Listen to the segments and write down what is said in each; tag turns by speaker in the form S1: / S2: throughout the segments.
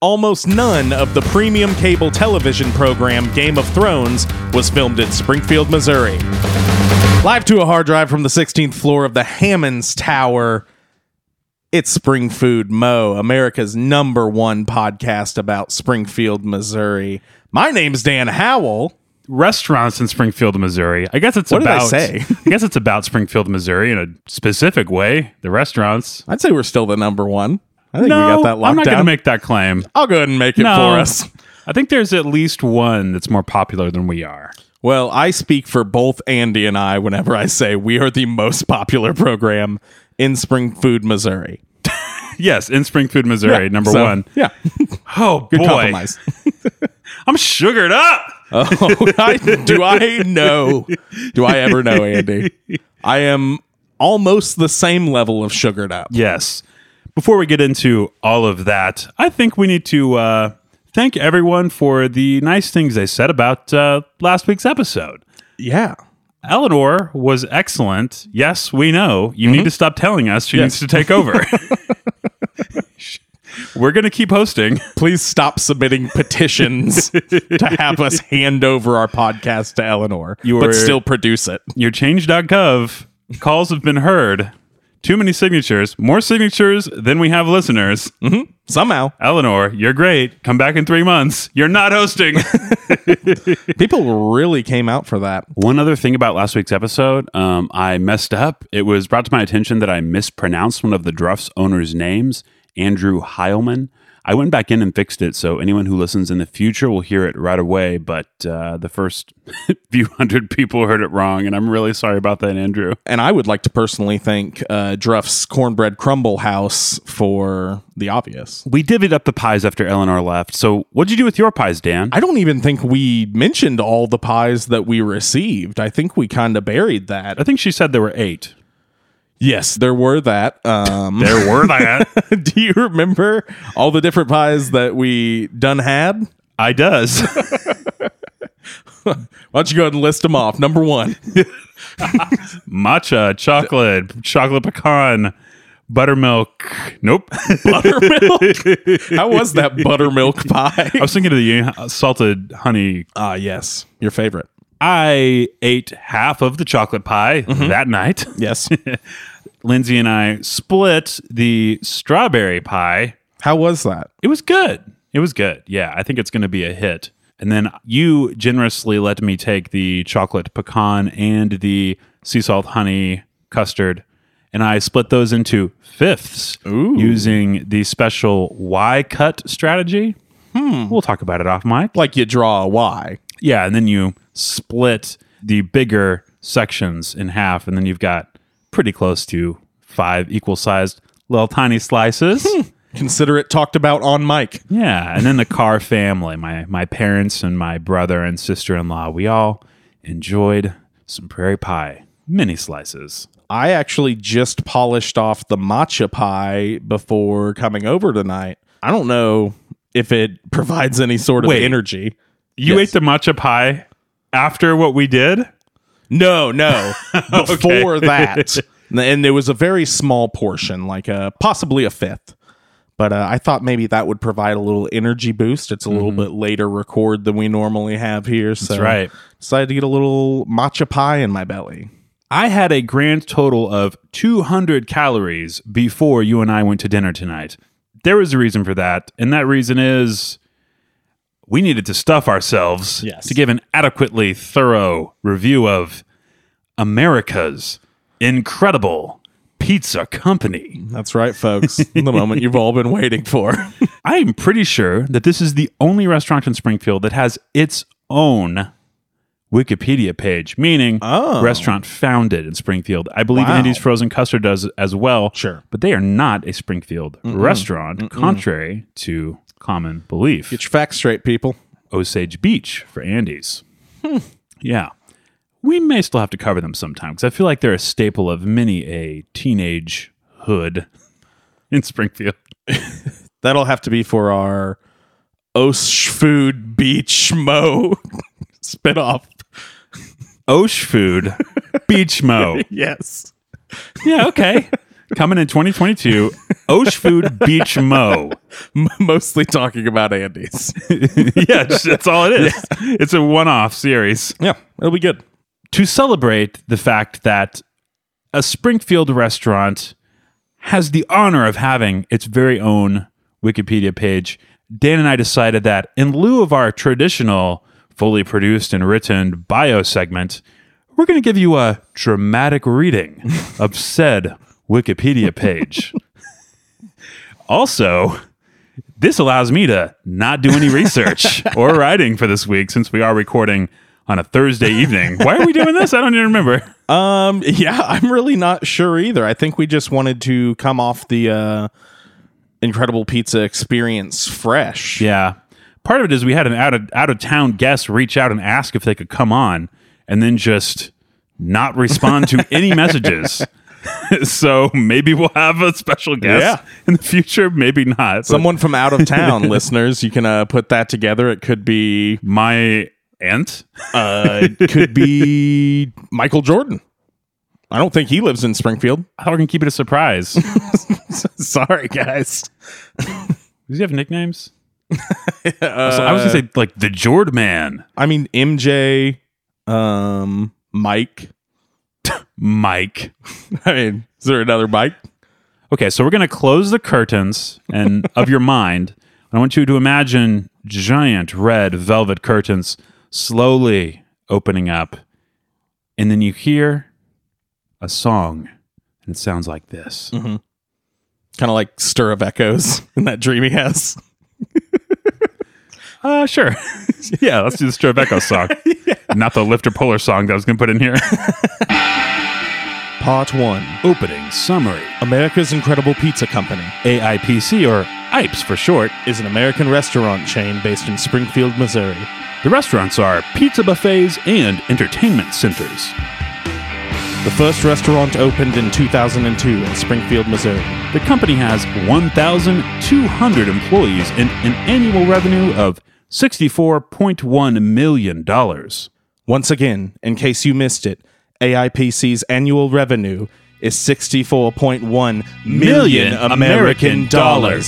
S1: Almost none of the premium cable television program Game of Thrones was filmed in Springfield, Missouri. Live to a hard drive from the 16th floor of the Hammonds Tower. It's Spring Food Mo, America's number one podcast about Springfield, Missouri. My name's Dan Howell.
S2: restaurants in Springfield, Missouri. I guess it's
S1: What did I
S2: about
S1: say?
S2: I guess it's about Springfield, Missouri in a specific way. The restaurants.
S1: I'd say we're still the number one. I think
S2: no,
S1: we got that locked
S2: I'm not going to
S1: down.
S2: make that claim.
S1: I'll go ahead and make it
S2: No.
S1: for us.
S2: I think there's at least one that's more popular than we are.
S1: Well, I speak for both Andy and I whenever I say we are the most popular program in Spring Food, Missouri.
S2: Yes, in Springfield, Missouri, number
S1: So,
S2: one.
S1: Yeah.
S2: Oh
S1: Good
S2: boy,
S1: compromise.
S2: I'm sugared up.
S1: Oh, I, do I know? Do I ever know, Andy? I am almost the same level of sugared up.
S2: Yes. Before we get into all of that, I think we need to uh, thank everyone for the nice things they said about uh, last week's episode.
S1: Yeah.
S2: Eleanor was excellent. Yes, we know. You need to stop telling us. She needs to take over. We're going to keep hosting.
S1: Please stop submitting petitions to have us hand over our podcast to Eleanor,
S2: You
S1: but
S2: are-
S1: still produce it.
S2: Your change.gov calls have been heard. Too many signatures, more signatures than we have listeners.
S1: Somehow,
S2: Eleanor, you're great. Come back in three months. You're not hosting.
S1: people really came out for that.
S2: One other thing about last week's episode, um, I messed up. It was brought to my attention that I mispronounced one of the Druff's owner's names, Andrew Heilman. I went back in and fixed it, so anyone who listens in the future will hear it right away. But uh, the first few hundred people heard it wrong, and I'm really sorry about that, Andrew.
S1: And I would like to personally thank uh, Druff's Cornbread Crumble House for the obvious.
S2: We divvied up the pies after Eleanor left. So, what'd you do with your pies, Dan?
S1: I don't even think we mentioned all the pies that we received. I think we kind of buried that.
S2: I think she said there were eight.
S1: Yes, there were that. Um,
S2: There were that.
S1: do you remember all the different pies that we done had?
S2: I does.
S1: Why don't you go ahead and list them off? Number one,
S2: Matcha, chocolate, chocolate pecan, buttermilk. Nope.
S1: buttermilk. How was that buttermilk
S2: I
S1: pie?
S2: was thinking of the uh, salted honey.
S1: Ah, yes, your favorite.
S2: I ate half of the chocolate pie that night.
S1: Yes.
S2: Lindsay and I split the strawberry pie.
S1: How was that?
S2: It was good. It was good. Yeah, I think it's going to be a hit. And then you generously let me take the chocolate pecan and the sea salt honey custard, and I split those into fifths using the special Y cut strategy. Hmm. We'll talk about it off mic.
S1: Like you draw a Y.
S2: Yeah, and then you split the bigger sections in half, and then you've got pretty close to five equal sized little tiny slices.
S1: Consider it talked about on mic.
S2: yeah, and then the Carr family, my my parents and my brother and sister in law, we all enjoyed some prairie pie, mini slices.
S1: I actually just polished off the matcha pie before coming over tonight. I don't know if it provides any sort of
S2: Wait.
S1: energy.
S2: You
S1: Yes.
S2: ate the matcha pie after what we did.
S1: No, no. Before that, and there was a very small portion, like a possibly a fifth. But uh, I thought maybe that would provide a little energy boost. It's a little bit later record than we normally have here, so
S2: Mm-hmm. right.
S1: decided to get a little matcha pie in my belly.
S2: I had a grand total of 200 calories before you and I went to dinner tonight. There is a reason for that, and that reason is we needed to stuff ourselves
S1: Yes.
S2: to give an adequately thorough review of America's incredible pizza company.
S1: That's right, folks. the moment you've all been waiting for.
S2: I am pretty sure that this is the only restaurant in Springfield that has its own Wikipedia page, meaning
S1: Oh.
S2: restaurant founded in Springfield. I believe
S1: Wow.
S2: Andy's Frozen Custard does as well.
S1: Sure.
S2: But they are not a Springfield restaurant, contrary to common belief.
S1: Get your facts straight, people.
S2: Osage Beach for Andy's.
S1: Hmm.
S2: Yeah. We may still have to cover them sometime because I feel like they're a staple of many a teenage hood in Springfield.
S1: That'll have to be for our Oshfood Beach Mo spinoff.
S2: Osh food, beach mo.
S1: Yes.
S2: Yeah, okay. Coming in 2022, Osh Food Beach Mo.
S1: Mostly talking about Andes.
S2: yeah, just- that's all it is. It's a one off series.
S1: yeah, it'll be good.
S2: to celebrate the fact that a Springfield restaurant has the honor of having its very own Wikipedia page, Dan and I decided that in lieu of our traditional fully produced and written bio segment, we're going to give you a dramatic reading of said Wikipedia page. also, this allows me to not do any research or writing for this week since we are recording on a Thursday evening. Why are we doing this? I don't even remember.
S1: Um, yeah, I'm really not sure either. I think we just wanted to come off the uh, incredible pizza experience fresh.
S2: Yeah. Part of it is we had an out of out of town guest reach out and ask if they could come on and then just not respond to any messages. so maybe we'll have a special guest
S1: Yeah.
S2: in the future, maybe not. But
S1: Someone from out of town, listeners, you can uh, put that together. It could be
S2: my aunt
S1: uh, it could be Michael Jordan. I don't think he lives in Springfield.
S2: I thought we are gonna keep it a surprise. Does
S1: Sorry, guys.
S2: he have nicknames?
S1: Uh,
S2: So I was gonna say like the Jord Man,
S1: I mean MJ, um, Mike.
S2: Mike.
S1: I mean, is there another Mike?
S2: Okay, so we're going to close the curtains and of your mind. I want you to imagine giant red velvet curtains slowly opening up. And then you hear a song, and it sounds like this.
S1: Kind of like stir of echoes in that dream he has.
S2: Uh, sure. yeah, let's do the Strabeco song. Not the lifter puller song that I was going to put in here.
S1: Part one:
S2: Opening summary
S1: America's Incredible Pizza Company
S2: AIPC, or IPES E, for short.
S1: is an American restaurant chain based in Springfield, Missouri.
S2: The restaurants are pizza buffets and entertainment centers.
S1: The first restaurant opened in 2002 in Springfield, Missouri.
S2: The company has 1,200 employees and an annual revenue of $64.1 million.
S1: Once again, in case you missed it, AIPC's annual revenue is 64.1 million American dollars.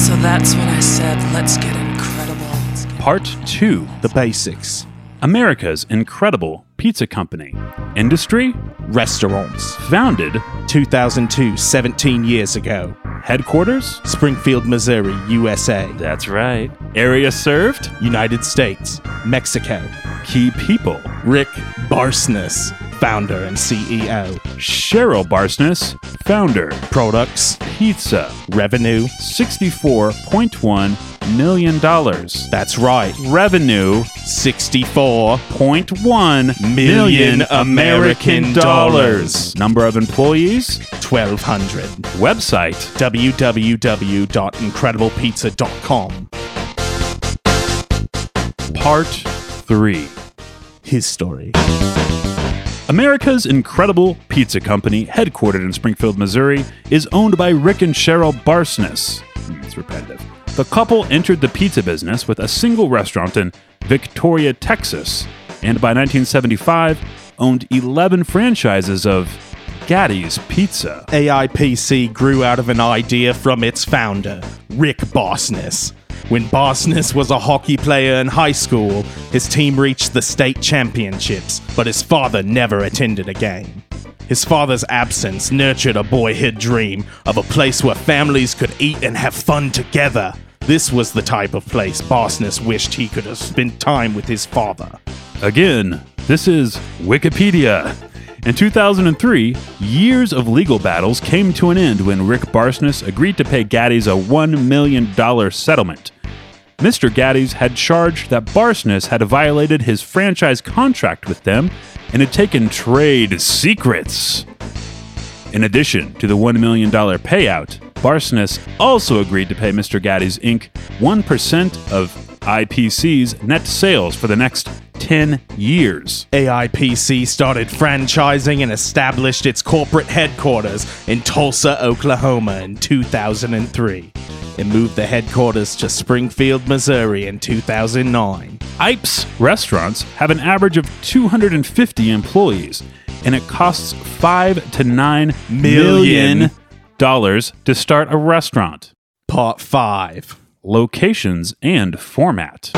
S3: So that's when I said, let's get incredible.
S2: Part 2
S1: The basics.
S2: America's Incredible Pizza Company. Industry?
S1: Restaurants.
S2: Founded.
S1: 2002, 17 years ago.
S2: Headquarters?
S1: Springfield, Missouri, USA.
S2: That's right. Area served?
S1: United States, Mexico.
S2: Key people.
S1: Rick Barsness, founder and E CEO.
S2: Cheryl Barsness, founder.
S1: Products,
S2: Pizza.
S1: revenue.
S2: $64.1 million.
S1: That's right,
S2: Revenue
S1: 64.
S2: 0.1
S1: Million American dollars.
S2: Number of employees,
S1: 1200.
S2: website.
S1: www.incrediblepizza.com.
S2: Part 3.
S1: His story.
S2: America's incredible pizza company, headquartered in Springfield, Missouri, is owned by Rick and Cheryl Barsness. Mm, It's repetitive. The couple entered the pizza business with a single restaurant in Victoria, Texas, and by 1975 owned 11 franchises of Gaddy's Pizza.
S1: AIPC grew out of an idea from its founder, Rick Barsness. When Barsness was a hockey player in high school, his team reached the state championships, but his father never attended a game. His father's absence nurtured a boyhood dream of a place where families could eat and have fun together. This was the type of place Barsness wished he could have spent time with his father.
S2: Again, this is Wikipedia. In 2003, years of legal battles came to an end when Rick Barsness agreed to pay Gaddy's a $1 million settlement. Mr. Gaddy's had charged that Barsness had violated his franchise contract with them and had taken trade secrets. In addition to the $1 million payout, Barsness also agreed to pay Mr. Gaddy's Inc. 1% of IPC's net sales for the next 10 years.
S1: AIPC started franchising and established its corporate headquarters in Tulsa, Oklahoma in 2003. It moved the headquarters to Springfield, Missouri in 2009.
S2: IPES restaurants have an average of 250 employees, and it costs five to nine
S1: Million.
S2: million dollars to start a restaurant.
S1: Part five.
S2: Locations and format.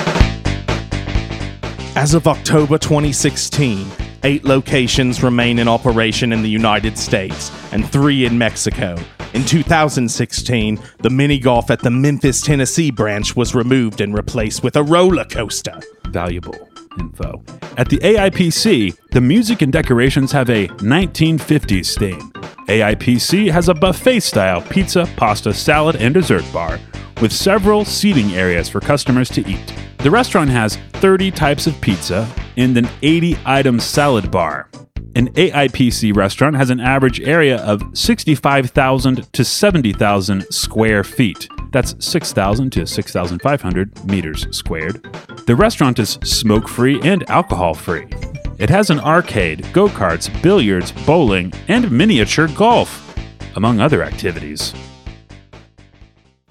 S1: As of October 2016, eight locations remain in operation in the United States and three in Mexico. In 2016, the mini golf at the Memphis, Tennessee branch was removed and replaced with a roller coaster.
S2: valuable info. At the AIPC, the music and decorations have a 1950s theme. AIPC has a buffet style pizza, pasta, salad, and dessert bar with several seating areas for customers to eat. The restaurant has 30 types of pizza and an 80 item salad bar. An AIPC restaurant has an average area of 65,000 to 70,000 square feet. That's 6,000 to 6,500 meters squared. The restaurant is smoke free and alcohol free. It has an arcade, go karts, billiards, bowling, and miniature golf, among other activities.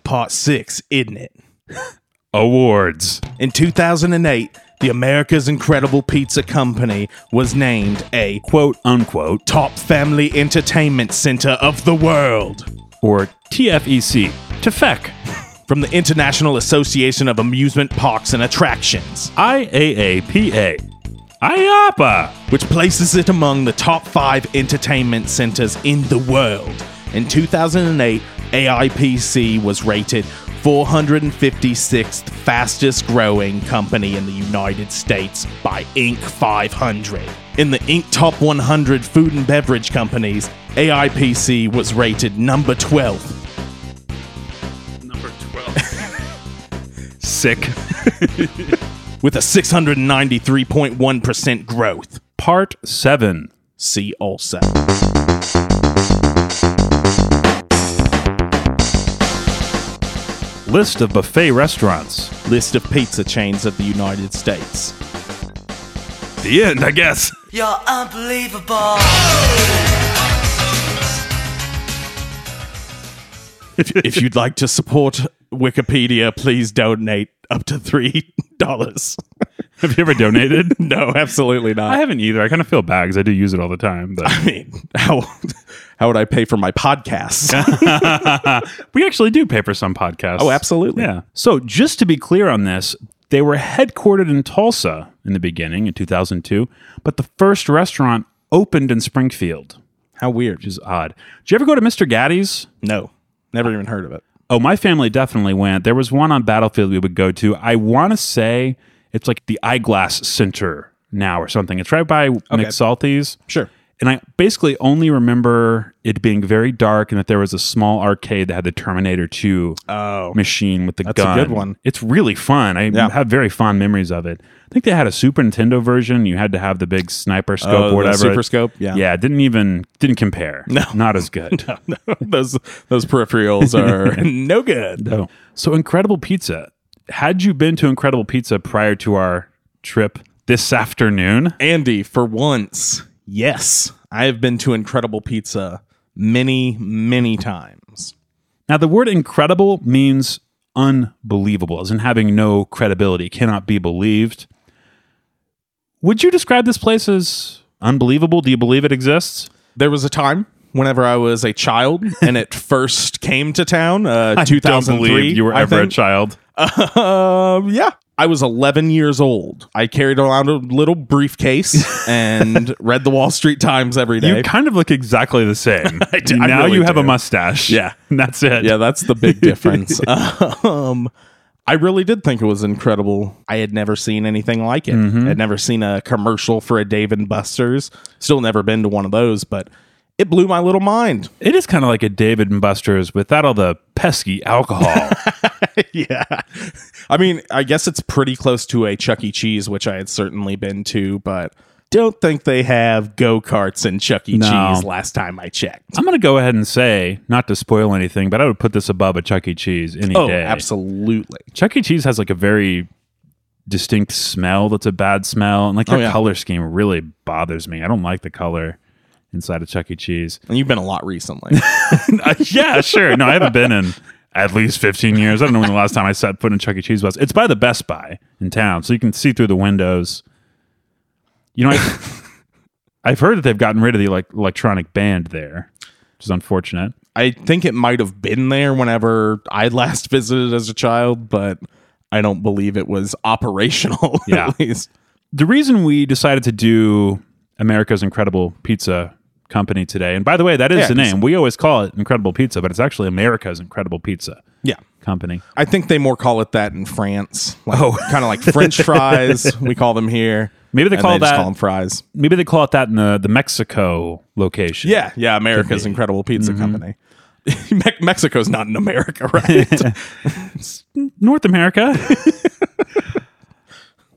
S1: Part six, isn't it?
S2: Awards.
S1: In 2008, the America's Incredible Pizza Company was named a
S2: Quote unquote.
S1: top family entertainment center of the world.
S2: Or E TFEC. TFEC.
S1: from the International Association of Amusement Parks and Attractions,
S2: IAAPA. IAPA.
S1: which places it among the top five entertainment centers in the world. In 2008, AIPC was rated 456th fastest growing company in the United States by Inc. 500. In the Inc. Top 100 food and beverage companies, AIPC was rated number 12
S2: Number 12. Sick.
S1: with a 693.1% growth.
S2: Part 7.
S1: See also.
S2: List of buffet restaurants.
S1: list of pizza chains of the United States.
S2: The end, I guess.
S4: You're unbelievable.
S1: if you'd like to support Wikipedia, please donate up to three dollars.
S2: Have you ever donated?
S1: No, absolutely
S2: I
S1: not.
S2: haven't either. I kind of feel bad because I do use it all the time. But
S1: I mean, how how would I pay for my podcasts?
S2: we actually do pay for some podcasts.
S1: Oh, absolutely.
S2: Yeah. So just to be clear on this, they were headquartered in Tulsa in the beginning in 2002, but the first restaurant opened in Springfield,
S1: how weird.
S2: which is odd. Did you ever go to Mr. Gaddy's?
S1: No, never even heard of it.
S2: Oh, my family definitely went. There was one on Battlefield we would go to. I want to say it's like the Eyeglass Center now or something. It's right by Nick Salty's.
S1: Sure.
S2: And I basically only remember it being very dark and that there was a small arcade that had the Terminator 2 machine with the
S1: Oh. a
S2: gun.
S1: good one.
S2: It's really fun. I
S1: Yeah.
S2: have very fond memories of it. I think they had a Super Nintendo version. You had to have the big sniper scope
S1: Oh,
S2: or
S1: the
S2: whatever.
S1: super scope? Yeah.
S2: Yeah. it Didn't even, didn't compare.
S1: No.
S2: Not as good.
S1: those those peripherals are no good.
S2: Oh. So Incredible Pizza. Had you been to Incredible Pizza prior to our trip this afternoon?
S1: Andy, for once, yes, I have been to Incredible Pizza many, many times.
S2: Now, the word incredible means unbelievable, as in having no credibility, cannot be believed. Would you describe this place as unbelievable? Do you believe it exists?
S1: There was a time whenever I was a child and it first came to town, uh, 2003.
S2: you were
S1: I
S2: ever a
S1: think.
S2: child.
S1: Um, yeah. I was 11 years old. I carried around a little briefcase and read the Wall Street Times every day.
S2: You kind of look exactly the same.
S1: do- I
S2: now
S1: really
S2: you have
S1: do.
S2: a mustache.
S1: Yeah.
S2: And that's it.
S1: yeah, that's the big difference. um, I really did think it was incredible. I had never seen anything like it. I'd never seen a commercial for a Dave and Buster's. Still never been to one of those, but it blew my little mind.
S2: It is kind of like a David and Buster's without all the pesky alcohol.
S1: yeah. I mean, I guess it's pretty close to a Chuck E. Cheese, which I had certainly been to, but don't think they have go karts and Chuck E.
S2: No.
S1: Cheese last time I checked.
S2: I'm going to go ahead and say, not to spoil anything, but I would put this above a Chuck E. Cheese any
S1: Oh,
S2: day.
S1: absolutely.
S2: Chuck E. Cheese has like a very distinct smell that's a bad smell. And like their
S1: yeah.
S2: color scheme really bothers me. I don't like the color inside of Chuck E. Cheese.
S1: And you've been a lot recently.
S2: Uh, yeah, sure. No, I haven't been in at least 15 years. I don't know when the last time I set foot in Chuck E. Cheese was. It's by the Best Buy in town, so you can see through the windows. You know, I, I've heard that they've gotten rid of the like electronic band there, which is unfortunate.
S1: I think it might have been there whenever I last visited as a child, but I don't believe it was operational.
S2: Yeah.
S1: at least.
S2: the reason we decided to do America's Incredible Pizza Company today, and by the way, that is
S1: Yeah,
S2: the
S1: 'cause-
S2: name. We always call it Incredible Pizza, but it's actually America's Incredible Pizza
S1: Yeah.
S2: Company.
S1: I think they more call it that in France. Like, oh, kind of like French fries. we call them here.
S2: Maybe they
S1: and
S2: call
S1: just
S2: that-
S1: call them fries.
S2: Maybe they call it that in the, the Mexico location.
S1: Yeah, yeah. America's incredible pizza company. Me- Mexico's not in America, right?
S2: North America.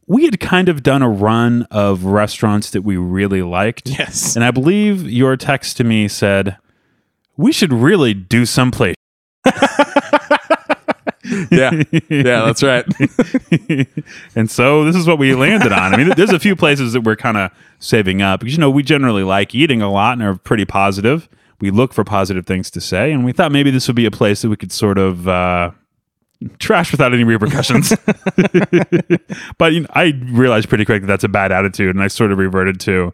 S2: we had kind of done a run of restaurants that we really liked.
S1: Yes.
S2: And I believe your text to me said, we should really do someplace.
S1: yeah, yeah. That's right.
S2: and so this is what we landed on. I mean, there's a few places that we're kind of saving up because you know we generally like eating a lot and are pretty positive. We look for positive things to say, and we thought maybe this would be a place that we could sort of uh, trash without any repercussions. but you know, I realized pretty quick that that's a bad attitude, and I sort of reverted to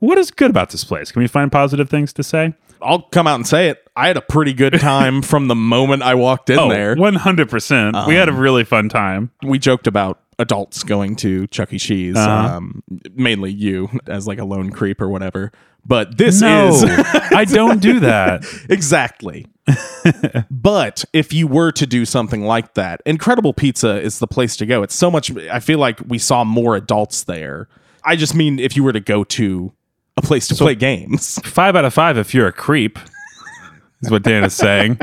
S2: what is good about this place? Can we find positive things to say?
S1: I'll come out and say it. I had a pretty good time from the moment I walked
S2: Oh,
S1: in there.
S2: one hundred percent. We had a really fun time.
S1: we joked about adults going to Chuck E. Cheese, um, mainly you as like a lone creep or whatever. But this is
S2: I don't do that.
S1: exactly. but if you were to do something like that, Incredible Pizza is the place to go. It's so much. I feel like we saw more adults there. I just mean if you were to go to a place to play games.
S2: five out of five if you're a creep, is what Dan is saying.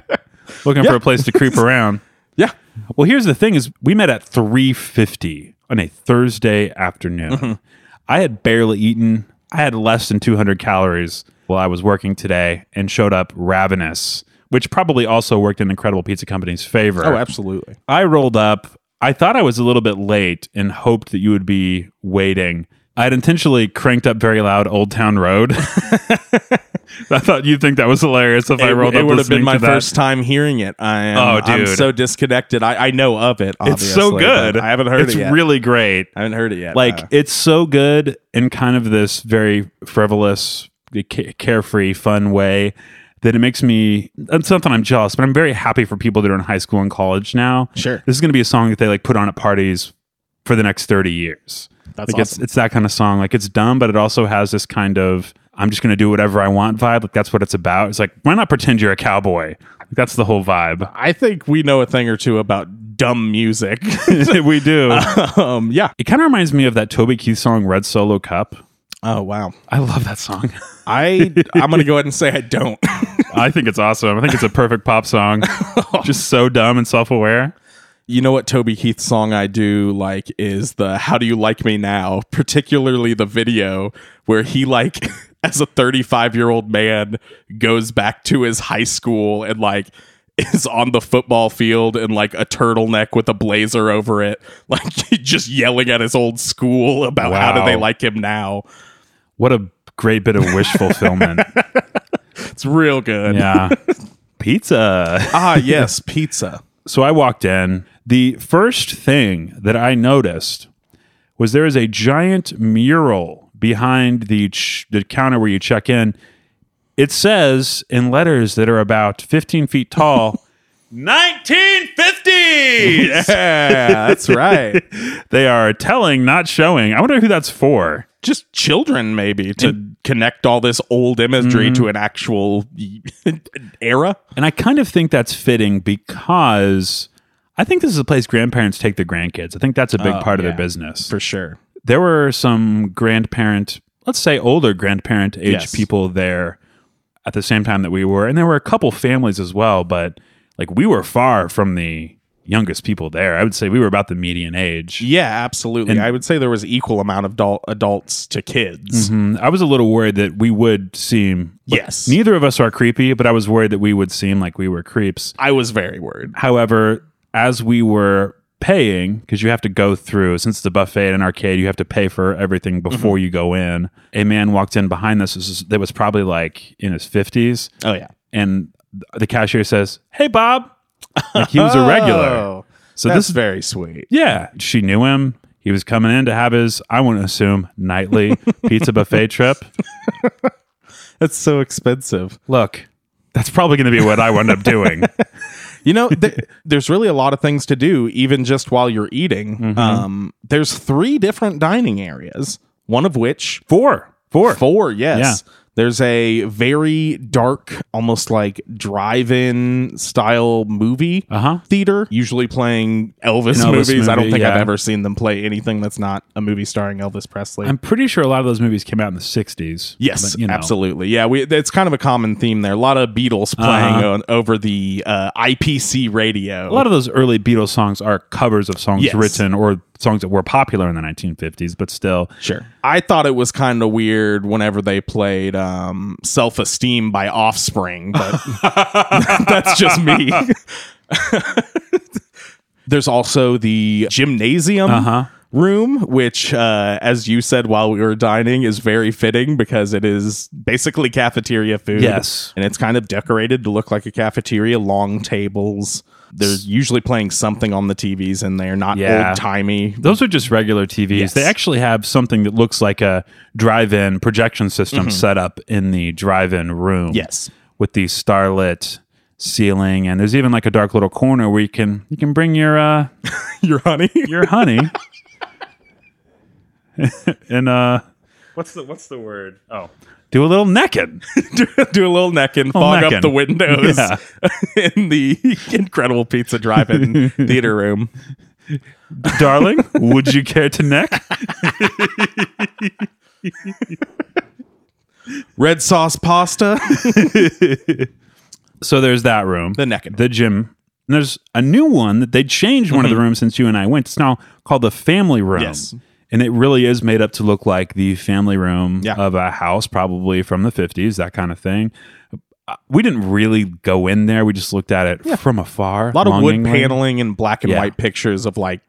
S2: Looking for a place to creep around.
S1: Yeah.
S2: Well, here's the thing: is we met at three fifty on a Thursday afternoon. I had barely eaten. I had less than two hundred calories while I was working today, and showed up ravenous, which probably also worked in Incredible Pizza Company's favor.
S1: Oh, absolutely.
S2: I rolled up. I thought I was a little bit late and hoped that you would be waiting. I had intentionally cranked up very loud Old Town Road. I thought you'd think that was hilarious if I
S1: It,
S2: rolled up.
S1: would have been
S2: listening
S1: my
S2: to that.
S1: first time hearing it. I am,
S2: Oh,
S1: I'm
S2: dude.
S1: so disconnected. I, I know of it.
S2: It's so
S1: obviously, but
S2: good.
S1: I haven't heard
S2: it's
S1: it yet.
S2: It's really great.
S1: I haven't heard it yet.
S2: Like
S1: uh,
S2: it's so good in kind of this very frivolous, ca- carefree, fun way that it makes me. It's not that I'm jealous, but I'm very happy for people that are in high school and college now.
S1: Sure.
S2: this is going to be a song that they like put on at parties for the next thirty years.
S1: That's
S2: like it's
S1: awesome.
S2: it's that kind of song. Like it's dumb, but it also has this kind of I'm just going to do whatever I want vibe. Like that's what it's about. It's like why not pretend you're a cowboy? Like, that's the whole vibe.
S1: I think we know a thing or two about dumb music.
S2: we do.
S1: um, yeah.
S2: It kind of reminds me of that Toby Keith song "Red Solo Cup."
S1: Oh wow.
S2: I love that song.
S1: I I'm gonna go ahead and say I don't.
S2: I think it's awesome. I think it's a perfect pop song. Just so dumb and self aware.
S1: you know what Toby Keith song I do like is the "How Do You Like Me Now," particularly the video where he like as a 35 year old man goes back to his high school and like is on the football field in like a turtleneck with a blazer over it like just yelling at his old school about how do
S2: Wow.
S1: they like him now
S2: What a great bit of wish fulfillment.
S1: it's real good
S2: yeah. Pizza.
S1: ah yes pizza
S2: So I walked in. The first thing that I noticed was there is a giant mural behind the, ch- the counter where you check in. It says in letters that are about 15 feet tall 1950s.
S1: yeah that's right
S2: They are telling, not showing. I wonder who that's for.
S1: just children maybe to connect all this old imagery to an actual era
S2: And I kind of think that's fitting because I think this is a place grandparents take their grandkids. I think that's a big part of
S1: Oh, yeah.
S2: their business.
S1: sure
S2: There were some grandparent, let's say older grandparent age
S1: Yes.
S2: people there at the same time that we were. And there were a couple families as well, but like we were far from the youngest people there. I would say we were about the median age.
S1: yeah absolutely i would say there was equal amount of adult, adults to kids
S2: Mm, I was a little worried that we would seem
S1: yes
S2: neither of us are creepy, but I was worried that we would seem like we were creeps.
S1: i was very worried
S2: However, as we were paying, because you have to go through, since it's a buffet at an arcade, you have to pay for everything before
S1: Mm-hmm.
S2: you go in. A man walked in behind us this is- that was probably like in his 50s.
S1: oh yeah
S2: And the cashier says, Hey, Bob. Like he was a regular.
S1: oh,
S2: So
S1: that's
S2: this is,
S1: very sweet
S2: yeah, she knew him. He was coming in to have his, I want to assume, nightly pizza buffet trip.
S1: That's so expensive.
S2: Look, that's probably going to be what I wound up doing.
S1: You know, th- there's really a lot of things to do, even just while you're eating. Um, there's three different dining areas, one of which
S2: Four. Four.
S1: Four, yes. There's a very dark, almost like drive-in style movie
S2: Uh-huh.
S1: theater, usually playing Elvis
S2: An Elvis
S1: movies. I don't
S2: movie,
S1: think I've
S2: yeah.
S1: ever seen them play anything that's not a movie starring Elvis Presley.
S2: I'm pretty sure a lot of those movies came out in the 60s.
S1: yes,
S2: but, you know.
S1: absolutely. Yeah, we, it's kind of a common theme there. A lot of Beatles playing
S2: Uh-huh.
S1: on, over the uh, IPC radio.
S2: A lot of those early Beatles songs are covers of songs
S1: Yes.
S2: written or songs that were popular in the 1950s, but still.
S1: Sure. I thought it was kind of weird whenever they played um, Self Esteem by Offspring, but that's just me. There's also the gymnasium
S2: Uh-huh.
S1: room, which, uh, as you said while we were dining, is very fitting because it is basically cafeteria food.
S2: Yes.
S1: And it's kind of decorated to look like a cafeteria, long tables. They're usually playing something on the TVs in there, not
S2: Yeah.
S1: old timey.
S2: Those are just regular TVs.
S1: Yes.
S2: They actually have something that looks like a drive-in projection system set up in the drive-in room.
S1: Mm-hmm. Yes.
S2: with the starlit ceiling, and there's even like a dark little corner where you can you can bring your uh,
S1: Your honey.
S2: your honey. and uh, what's the what's the word? Oh, do a little necking.
S1: do, do a little necking, fog
S2: necking.
S1: up the windows
S2: Yeah.
S1: in the incredible pizza drive-in theater room.
S2: darling, would you care to neck?
S1: Red sauce pasta.
S2: So there's that room.
S1: The necking.
S2: The gym. And there's a new one that they changed one of the rooms since you and I went. It's now called the family room.
S1: Mm-hmm. Yes.
S2: And it really is made up to look like the family room
S1: Yeah.
S2: of a house, probably from the 50s, that kind of thing. Uh, We didn't really go in there. We just looked at it from afar.
S1: a lot of wood
S2: longingly.
S1: paneling and black and
S2: Yeah.
S1: white pictures of like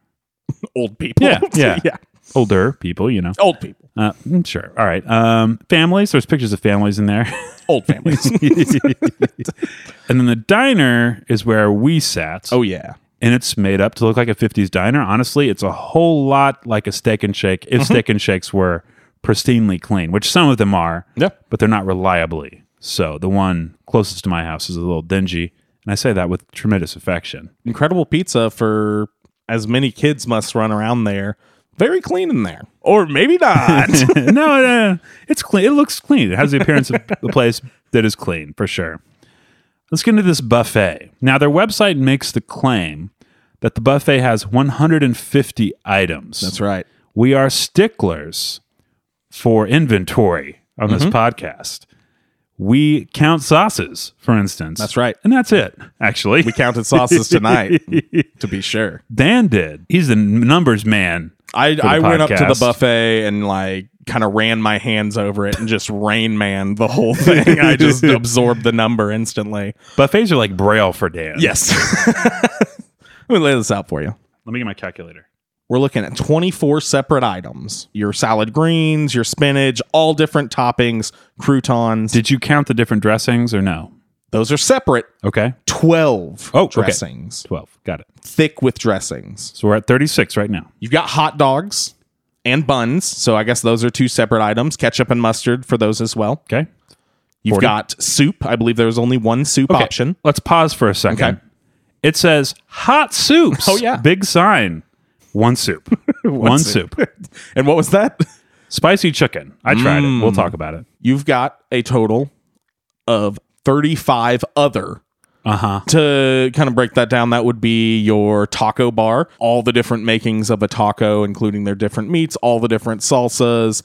S1: old people.
S2: Yeah, yeah. Older people, you know.
S1: Old people.
S2: Uh, mm, sure. All right. Um, families. There's pictures of families in there.
S1: Old families.
S2: and then the diner is where we sat.
S1: oh yeah.
S2: and it's made up to look like a 50s diner. Honestly, it's a whole lot like a steak and shake if
S1: Mm-hmm.
S2: steak and shakes were pristinely clean, which some of them are,
S1: Yeah.
S2: but they're not reliably. So the one closest to my house is a little dingy. And I say that with tremendous affection.
S1: Incredible pizza for as many kids must run around there. Very clean in there. Or maybe not.
S2: no, no, no, it's clean. It looks clean. It has the appearance of a place that is clean for sure. Let's get into this buffet. Now, their website makes the claim that the buffet has 150 items.
S1: That's right.
S2: we are sticklers for inventory on this
S1: Mm-hmm.
S2: podcast. We count sauces, for instance.
S1: That's right.
S2: And that's it, actually.
S1: We counted sauces tonight, to be sure.
S2: Dan did. He's the n- numbers man.
S1: I, I went up to the
S2: podcast.
S1: buffet and like kind of ran my hands over it and just rain man the whole thing. I just absorbed the number instantly.
S2: Buffets are like braille for Dan.
S1: Yes. Let me lay this out for you.
S2: Let me get my calculator.
S1: We're looking at 24 separate items your salad greens, your spinach, all different toppings, croutons.
S2: Did you count the different dressings or no?
S1: Those are separate.
S2: Okay.
S1: 12
S2: Oh, okay.
S1: dressings,
S2: 12. Got it.
S1: thick with dressings.
S2: So we're at 36 right now.
S1: You've got hot dogs and buns. So I guess those are two separate items ketchup and mustard for those as well.
S2: Okay.
S1: You've
S2: 40.
S1: got soup. I believe there was only one soup
S2: Okay,
S1: option.
S2: Let's pause for a second.
S1: Okay.
S2: It says hot soups.
S1: Oh, yeah.
S2: Big sign. One soup. one,
S1: soup.
S2: soup.
S1: And what was that?
S2: Spicy chicken. I tried it. We'll talk about it.
S1: You've got a total of 35 other.
S2: Uh huh.
S1: To kind of break that down, that would be your taco bar, all the different makings of a taco, including their different meats, all the different salsas,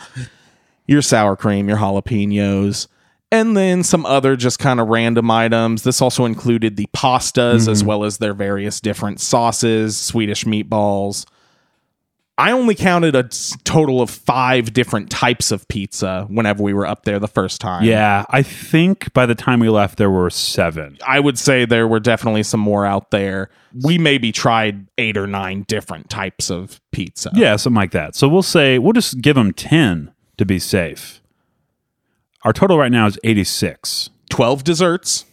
S1: your sour cream, your jalapenos, and then some other just kind of random items. This also included the pastas as well as their various different sauces, Swedish meatballs. I only counted a s- total of five different types of pizza whenever we were up there the first time.
S2: Yeah. I think by the time we left, there were seven.
S1: I would say there were definitely some more out there. We maybe tried eight or nine different types of pizza.
S2: Yeah, something like that. So we'll say, we'll just give them 10 to be safe. Our total right now is 86.
S1: 12 desserts.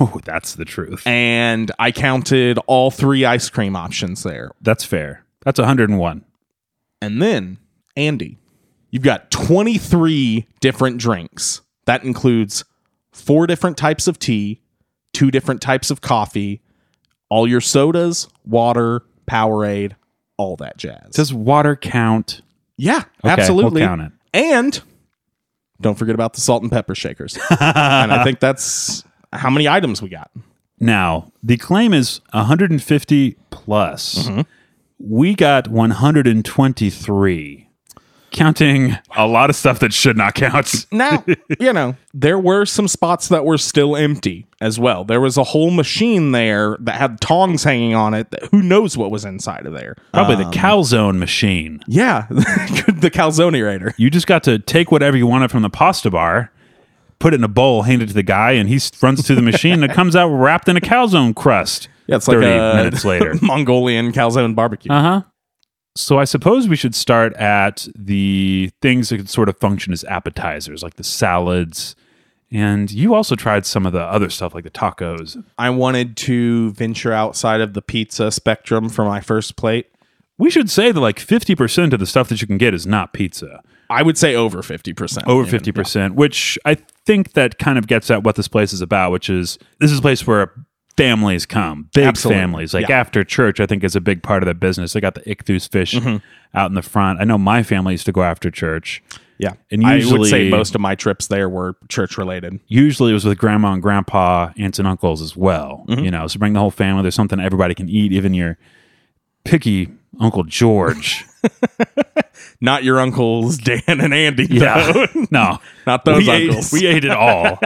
S2: Oh, that's the truth.
S1: And I counted all three ice cream options there.
S2: That's fair. That's 101.
S1: And then, Andy, you've got 23 different drinks. That includes four different types of tea, two different types of coffee, all your sodas, water, Powerade, all that jazz.
S2: Does water count?
S1: yeah,
S2: we'll
S1: absolutely.
S2: count it.
S1: And don't forget about the salt and pepper shakers. and I think that's how many items we got.
S2: Now, the claim is 150 plus. We got 123, counting a lot of stuff that should not count.
S1: Now, you know, there were some spots that were still empty as well. There was a whole machine there that had tongs hanging on it. That, who knows what was inside of there?
S2: Probably the calzone machine.
S1: Yeah, the calzone raider.
S2: You just got to take whatever you wanted from the pasta bar, put it in a bowl, hand it to the guy, and he s- runs through the machine and it comes out wrapped in a calzone crust.
S1: Yeah, it's like
S2: 30
S1: a
S2: minutes later.
S1: Mongolian calzone barbecue.
S2: So I suppose we should start at the things that could sort of function as appetizers, like the salads. And you also tried some of the other stuff, like the tacos.
S1: I wanted to venture outside of the pizza spectrum for my first plate.
S2: We should say that like 50% of the stuff that you can get is not pizza,
S1: I would say over 50%.
S2: over
S1: even.
S2: 50%, which I think that kind of gets at what this place is about, which is this is a place where families come, big
S1: Absolutely.
S2: families. Like
S1: Yeah.
S2: after church, I think is a big part of the business. They got the ichthus fish
S1: Mm-hmm.
S2: out in the front. I know my family used to go after church.
S1: Yeah.
S2: And
S1: I would say
S2: usually-
S1: most of my trips there were church related.
S2: usually it was with grandma and grandpa, aunts and uncles as well.
S1: Mm-hmm.
S2: You know, so bring the whole family. There's something everybody can eat, even your picky Uncle George.
S1: Not your uncles, Dan and Andy.
S2: Yeah. no,
S1: Not those
S2: we
S1: uncles.
S2: Ate, we ate it all.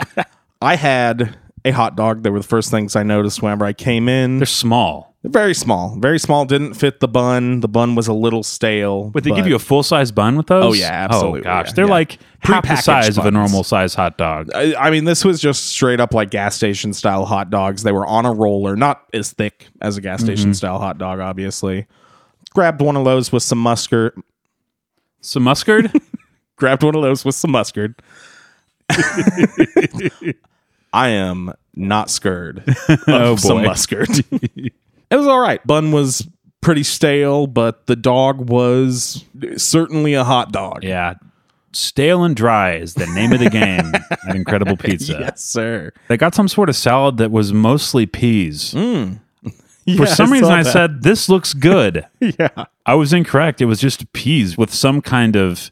S1: I had a hot dog. They were the first things I noticed whenever I came in.
S2: They're small,
S1: They're very small, very small. Didn't fit the bun. The bun was a little stale.
S2: but they give you a full size bun with those.
S1: Oh, yeah, absolutely,
S2: Oh gosh,
S1: yeah,
S2: they're
S1: yeah.
S2: like half the
S1: Prepackaged
S2: size of a
S1: buns. Uh,
S2: normal size hot dog.
S1: I I mean, this was just straight up like gas station style hot dogs. They were on a roller, not as thick as a gas station style hot dog, obviously. Grabbed one of those with some mustard.
S2: Some mustard.
S1: Grabbed one of those with some mustard. I am not scared of some
S2: boy.
S1: mustard. it was all right. Bun was pretty stale, but the dog was certainly a hot dog.
S2: yeah. Stale and dry is the name of the game at Incredible Pizza.
S1: Yes, sir.
S2: They got some sort of salad that was mostly peas.
S1: Hmm.
S2: For some reason, I said, This looks good.
S1: yeah.
S2: I was incorrect. It was just peas with some kind of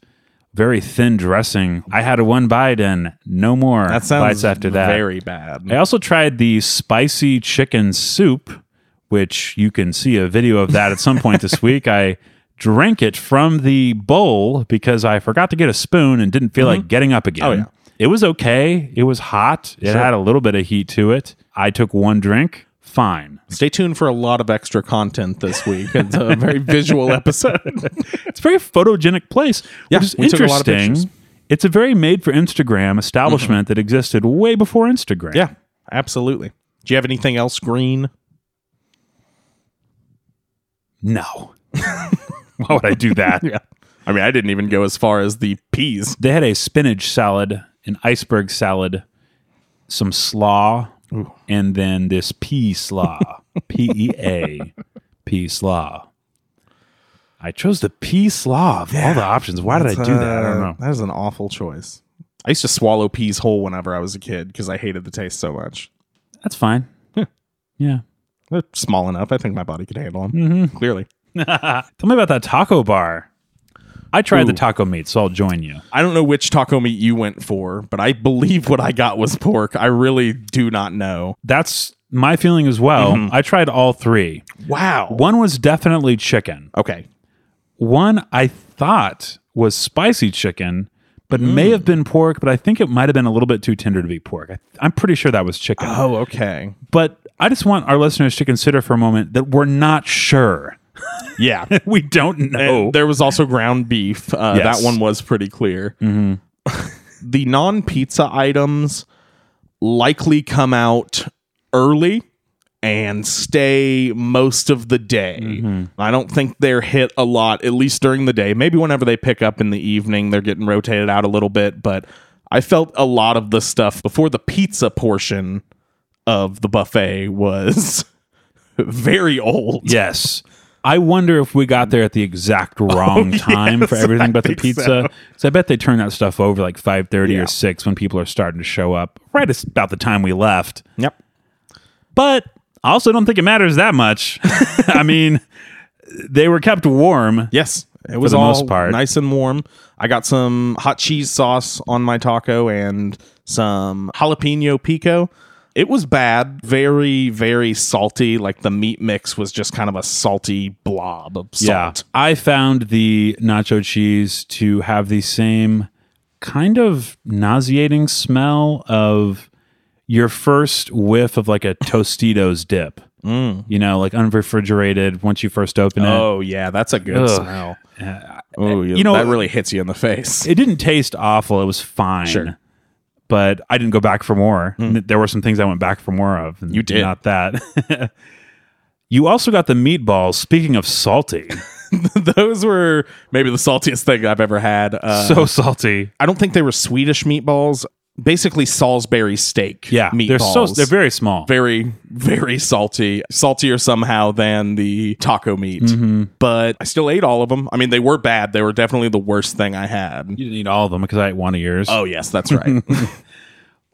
S2: very thin dressing. I had one bite and no more
S1: That sounds
S2: bites after that.
S1: very bad.
S2: I also tried the spicy chicken soup, which you can see a video of that at some point this week. I drank it from the bowl because I forgot to get a spoon and didn't feel like getting up again.
S1: Oh, yeah.
S2: It was okay. It was hot. It had a little bit of heat to it. I took one drink. Fine.
S1: Stay tuned for a lot of extra content this week. It's a very visual episode.
S2: It's a very photogenic place,
S1: Yeah,
S2: which is
S1: we took a lot of
S2: interesting.
S1: pictures. Mm-hmm.
S2: it's a very made for Instagram establishment that existed way before Instagram.
S1: yeah, absolutely. Do you have anything else green?
S2: No. Why would I do that?
S1: I mean, I didn't even go as far as the peas.
S2: They had a spinach salad, an iceberg salad, some slaw, and then this pea slaw. P E A. Pea slaw. I chose the pea slaw of all the options. Why did I do that? I don't know.
S1: That is an awful choice. I used to swallow peas whole whenever I was a kid because I hated the taste so much.
S2: That's fine. yeah.
S1: They're small enough. I think my body could handle them. Mm-hmm. Clearly.
S2: Tell me about that taco bar. I tried the taco meat, so I'll join you.
S1: I don't know which taco meat you went for, but I believe what I got was pork. I really do not know.
S2: That's my feeling as well. I tried all three.
S1: Wow.
S2: One was definitely chicken.
S1: Okay.
S2: One I thought was spicy chicken, but
S1: Mm.
S2: may have been pork, but I think it might have been a little bit too tender to be pork. I, I'm pretty sure that was chicken.
S1: Oh, okay.
S2: But I just want our listeners to consider for a moment that we're not sure.
S1: Yeah.
S2: We don't know.
S1: There was also ground beef. Uh,
S2: Oh. Yes.
S1: That one was pretty clear. the non pizza items likely come out early and stay most of the day. I don't think they're hit a lot, at least during the day. Maybe whenever they pick up in the evening, they're getting rotated out a little bit. But I felt a lot of the stuff before the pizza portion of the buffet was very old.
S2: Yes. I wonder if we got there at the exact wrong
S1: Oh, yes,
S2: time for everything but the
S1: I think so.
S2: pizza. So I bet they turn that stuff over like five thirty
S1: Yeah.
S2: or six when people are starting to show up. Right as- about the time we left.
S1: Yep.
S2: But I also don't think it matters that much. I mean, they were kept warm.
S1: Yes, it was
S2: the
S1: all
S2: most part.
S1: nice and warm. I got some hot cheese sauce on my taco and some jalapeno pico. It was bad, very very salty. Like the meat mix was just kind of a salty blob of salt.
S2: Yeah. I found the nacho cheese to have the same kind of nauseating smell of your first whiff of like a Tostitos dip. You know, like unrefrigerated once you first open it.
S1: Oh yeah, that's a good
S2: Ugh.
S1: smell. Oh, yeah,
S2: you know-
S1: that really hits you in the face.
S2: It didn't taste awful. It was fine.
S1: Sure. Hmm.
S2: But I didn't go back for more. Th- There were some things I went back for more of. and
S1: You did.
S2: Not that. you also got the meatballs. Speaking of salty,
S1: Uh-huh. Those were maybe the saltiest thing I've ever had. Uh,
S2: so salty.
S1: I don't think they were Swedish meatballs. Basically, Salisbury steak.
S2: Yeah.
S1: meatballs.
S2: They're so, they're very small.
S1: very very salty saltier somehow than the taco meat but i still ate all of them i mean they were bad they were definitely the worst thing i had
S2: You didn't eat all of them because I ate one of yours.
S1: oh yes that's right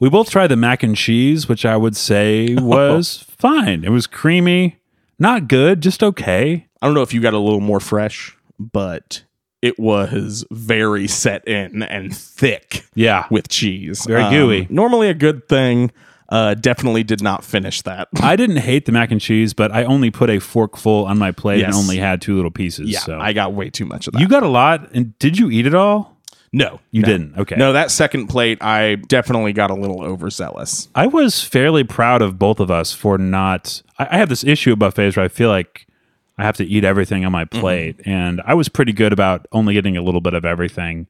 S2: We both tried the mac and cheese, which I would say was fine. It was creamy, not good, just okay.
S1: i don't know if you got a little more fresh but it was very set in and thick
S2: Yeah.
S1: with cheese Um,
S2: Very gooey.
S1: normally a good thing uh definitely did not finish that
S2: I didn't hate the mac and cheese, but I only put a forkful on my plate and
S1: Yes.
S2: only had two little pieces.
S1: yeah
S2: so.
S1: i got way too much of that
S2: you got a lot. And did you eat it all?
S1: no
S2: You
S1: no.
S2: didn't. Okay.
S1: no that second plate i definitely got a little overzealous
S2: I was fairly proud of both of us for not. I, I have this issue about buffets where I feel like I have to eat everything on my
S1: Mm-hmm.
S2: plate, and I was pretty good about only getting a little bit of everything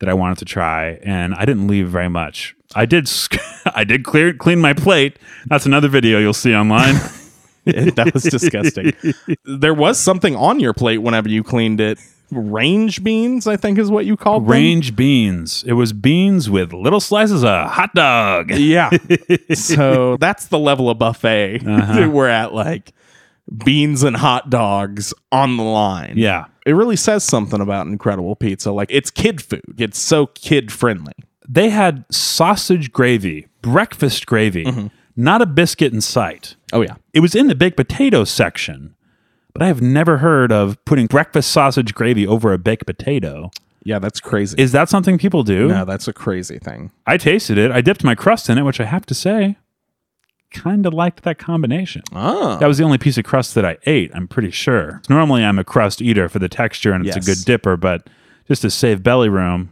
S2: that I wanted to try, and I didn't leave very much. I did. sc- I did clear clean my plate. That's another video you'll see online.
S1: that was disgusting. there was something on your plate whenever you cleaned it. Range beans, I think, is what you called them.
S2: Range beans. It was beans with little slices of hot dog.
S1: Yeah. so that's the level of buffet that we're at. Like beans and hot dogs on the line.
S2: Yeah.
S1: It really says something about incredible pizza. Like it's kid food. It's so kid friendly.
S2: They had sausage gravy, breakfast gravy,
S1: Mm-hmm.
S2: not a biscuit in sight.
S1: Oh yeah.
S2: It was in the baked potato section, but I have never heard of putting breakfast sausage gravy over a baked potato.
S1: Yeah, that's crazy.
S2: Is that something people do?
S1: no, that's a crazy thing.
S2: I tasted it. I dipped my crust in it, which I have to say, kind of liked that combination.
S1: Oh.
S2: That was the only piece of crust that I ate, I'm pretty sure. Normally, I'm a crust eater for the texture and it's
S1: Yes.
S2: a good dipper, but just to save belly room,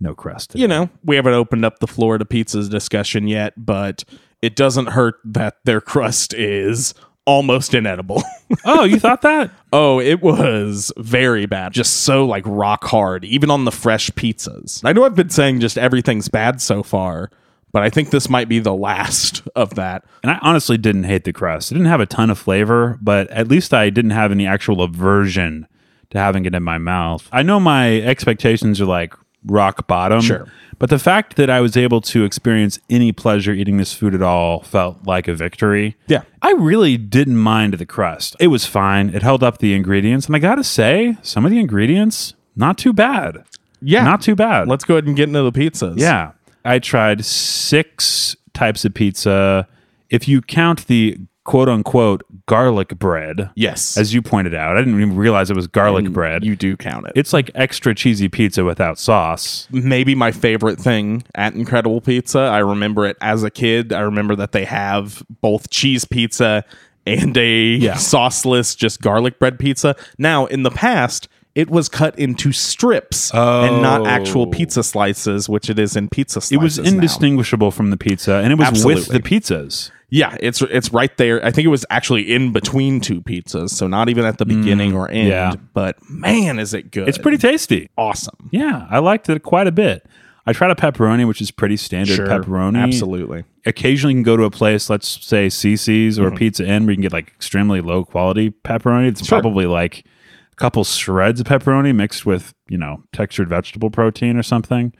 S2: no crust. today.
S1: you know, we haven't opened up the Florida pizzas discussion yet, but it doesn't hurt that their crust is almost inedible.
S2: oh, you thought that?
S1: oh, it was very bad. Just so like rock hard, even on the fresh pizzas. I know I've been saying just everything's bad so far, but I think this might be the last of that.
S2: And I honestly didn't hate the crust. It didn't have a ton of flavor, but at least I didn't have any actual aversion to having it in my mouth. I know my expectations are like rock bottom.
S1: Sure.
S2: But the fact that I was able to experience any pleasure eating this food at all felt like a victory.
S1: Yeah.
S2: I really didn't mind the crust. It was fine. It held up the ingredients. And I got to say, some of the ingredients, not too bad.
S1: Yeah.
S2: Not too bad.
S1: Let's go ahead and get into the pizzas.
S2: Yeah. I tried six types of pizza. If you count the quote unquote garlic bread,
S1: Yes.
S2: as you pointed out, I didn't even realize it was garlic bread.
S1: you do count it.
S2: it's like extra cheesy pizza without sauce.
S1: maybe my favorite thing at Incredible Pizza. I remember it as a kid. I remember that they have both cheese pizza and a sauceless, just garlic bread pizza. Now, in the past, it was cut into strips and not actual pizza slices, which it is in pizza slices.
S2: Oh. It was
S1: now.
S2: indistinguishable from the pizza, and it was with
S1: Absolutely.
S2: the pizzas.
S1: Yeah, it's it's right there. I think it was actually in between two pizzas, so not even at the beginning or end.
S2: Mm, yeah.
S1: But man, is it good!
S2: It's pretty tasty.
S1: awesome.
S2: Yeah, I liked it quite a bit. I tried a pepperoni, which is pretty standard pepperoni.
S1: absolutely.
S2: occasionally you can go to a place, let's say CC's
S1: Mm-hmm.
S2: or Pizza Inn, where you can get like extremely low quality pepperoni. It's probably like a couple shreds of pepperoni mixed with, you know, textured vegetable protein or something.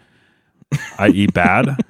S2: I eat bad.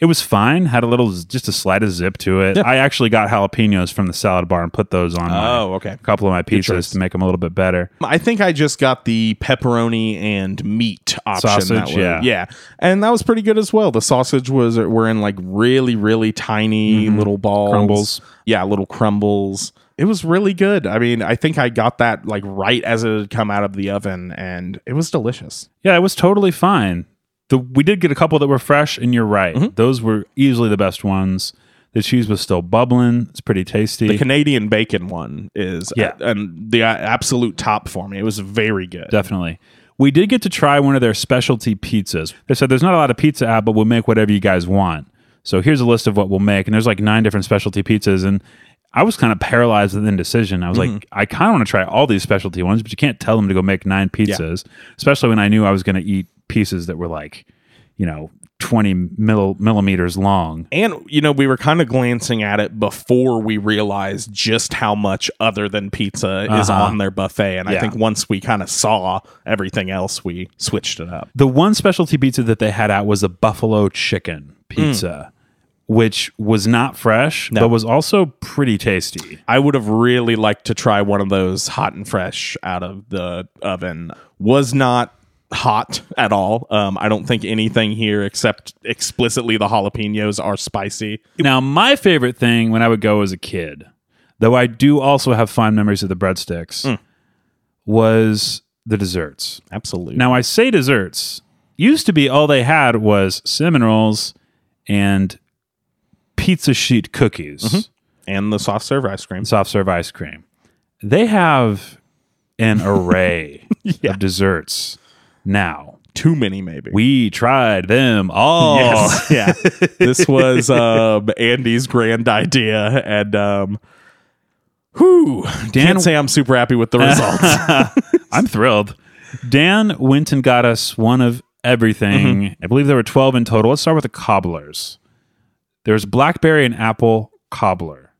S2: It was fine. Had a little, just a slight of zip to it. I actually got jalapenos from the salad bar and put those on. my-
S1: Oh, okay.
S2: A couple of my
S1: choice.
S2: pizzas to make them a little bit better.
S1: I think I just got the pepperoni and meat option. that
S2: Sausage,
S1: way.
S2: yeah.
S1: yeah, and that was pretty good as well. The sausage was were in like really really tiny little balls,
S2: Mm-hmm. Crumbles.
S1: Yeah, little crumbles. It was really good. I mean, I think I got that like right as it had come out of the oven, and it was delicious.
S2: Yeah, it was totally fine. The, we did get a couple that were fresh, and you're right. Those were easily the best ones. The cheese was still bubbling. It's pretty tasty.
S1: The Canadian bacon one is
S2: Yeah.
S1: and the uh, absolute top for me. It was very good.
S2: Definitely. We did get to try one of their specialty pizzas. They said there's not a lot of pizza out, but we'll make whatever you guys want. So here's a list of what we'll make. And there's like nine different specialty pizzas. And I was kind of paralyzed with indecision. I was like, I kind of want to try all these specialty ones, but you can't tell them to go make nine pizzas, especially when I knew I was going to eat pieces that were like, you know, 20 mil- millimeters long.
S1: And you know, we were kind of glancing at it before we realized just how much other than pizza is on their buffet. And I
S2: Yeah.
S1: think once we kind of saw everything else, we switched it up.
S2: The one specialty pizza that they had out was a buffalo chicken pizza, which was not fresh, but was also pretty tasty.
S1: I would have really liked to try one of those hot and fresh out of the oven. Was not hot at all. Um, I don't think anything here except explicitly the jalapenos are spicy.
S2: Now, my favorite thing when I would go as a kid, though I do also have fond memories of the breadsticks, was the desserts.
S1: Absolutely.
S2: Now, I say desserts. Used to be all they had was cinnamon rolls and pizza sheet cookies,
S1: and the soft serve ice cream.
S2: soft serve ice cream. They have an array of desserts now.
S1: Too many, maybe.
S2: We tried them all.
S1: Yes. yeah. This was um, Andy's grand idea, and um, whew,
S2: Dan-
S1: can't say I'm super happy with the results.
S2: I'm thrilled. Dan went and got us one of everything. I believe there were 12 in total. Let's start with the cobblers. There's blackberry and apple cobbler.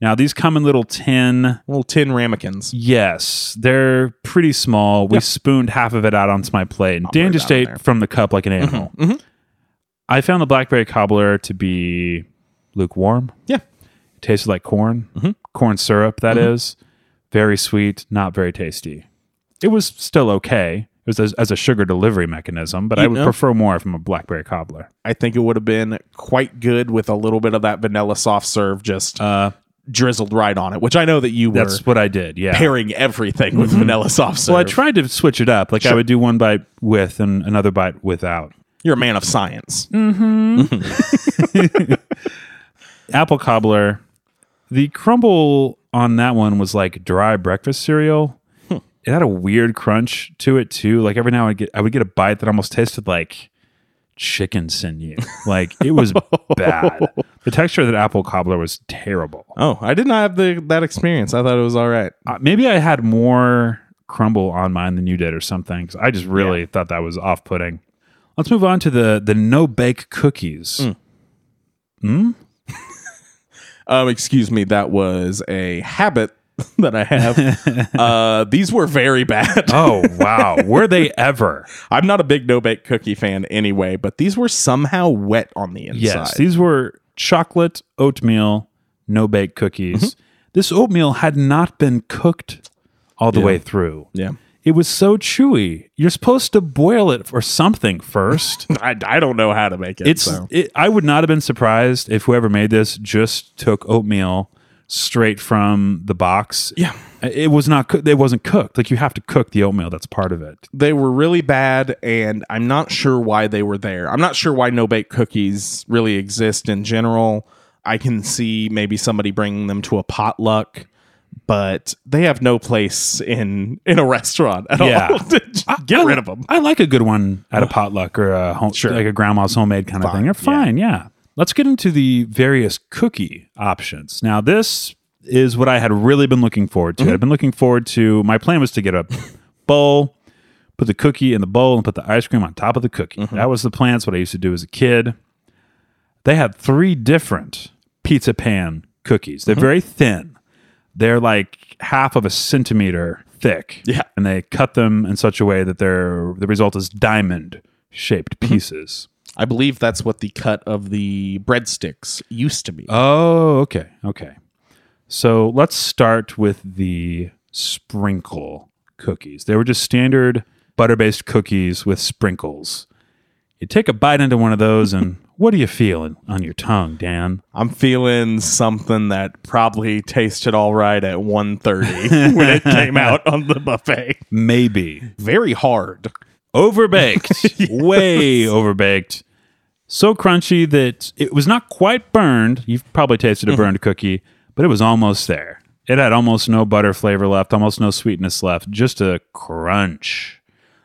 S2: Now, these come in little tin.
S1: Little tin ramekins.
S2: Yes, they're pretty small. We spooned half of it out onto my plate. And Dan
S1: worry
S2: just
S1: about it
S2: ate
S1: there. Mm-hmm,
S2: from the cup like an animal. I found the blackberry cobbler to be lukewarm.
S1: Yeah, Mm-hmm.
S2: It tasted like corn, corn syrup, That is Very sweet, not very tasty. It was still okay. It was as, as a sugar delivery mechanism, but I would
S1: know.
S2: prefer more from a blackberry cobbler.
S1: I think it would have been quite good with a little bit of that vanilla soft serve just drizzled right on it, which I know that you were
S2: That's what I did. Yeah.
S1: pairing everything with vanilla soft serve.
S2: well, I tried to switch it up. Like I would do one bite with and another bite without.
S1: You're a man of science.
S2: Apple cobbler. The crumble on that one was like dry breakfast cereal. It had a weird crunch to it too. Like every now and again, I would get a bite that almost tasted like chicken sinew. Like it was bad. The texture of that apple cobbler was terrible.
S1: Oh, I did not have the, that experience. I thought it was all right.
S2: Uh, maybe I had more crumble on mine than you did or something because I just really thought that was off putting. Let's move on to the the no bake cookies.
S1: Um, excuse me, that was a habit that I have. uh, these were very bad.
S2: Oh wow, were they ever?
S1: I'm not a big no bake cookie fan anyway, but these were somehow wet on the inside.
S2: Yes, these were chocolate oatmeal no bake cookies.
S1: Mm-hmm.
S2: This oatmeal had not been cooked all the way through.
S1: yeah.
S2: It was so chewy. You're supposed to boil it or something first.
S1: I, I don't know how to make it.
S2: It's
S1: so.
S2: it, I would not have been surprised if whoever made this just took oatmeal straight from the box.
S1: Yeah.
S2: It was not coo- it wasn't cooked. Like you have to cook the oatmeal, that's part of it.
S1: they were really bad, and I'm not sure why they were there. I'm not sure why no bake cookies really exist in general. I can see maybe somebody bringing them to a potluck, but they have no place in in a restaurant at
S2: Yeah.
S1: all. Just Get
S2: I-
S1: rid of them.
S2: I like a good one at a potluck or a home,
S1: Sure.
S2: like a grandma's homemade kind of thing. They're fine, yeah. Let's get into the various cookie options. Now, this is what I had really been looking forward to.
S1: Mm-hmm.
S2: I've been looking forward to. My plan was to get a bowl, put the cookie in the bowl, and put the ice cream on top of the cookie.
S1: Mm-hmm.
S2: That was the plan. That's what I used to do as a kid. They had three different pizza pan cookies. They're very thin they're like half of a centimeter thick.
S1: Yeah.
S2: And they cut them in such a way that they're the result is diamond shaped pieces.
S1: I believe that's what the cut of the breadsticks used to be.
S2: Oh, okay. Okay. So let's start with the sprinkle cookies. They were just standard butter based cookies with sprinkles. You take a bite into one of those, and what are you feeling on your tongue, Dan?
S1: I'm feeling something that probably tasted all right at 1:30 when it came out on the buffet.
S2: Maybe.
S1: Very hard.
S2: Overbaked. Way overbaked. So crunchy that it was not quite burned. You've probably tasted a burned cookie, but it was almost there. It had almost no butter flavor left, almost no sweetness left, just a crunch.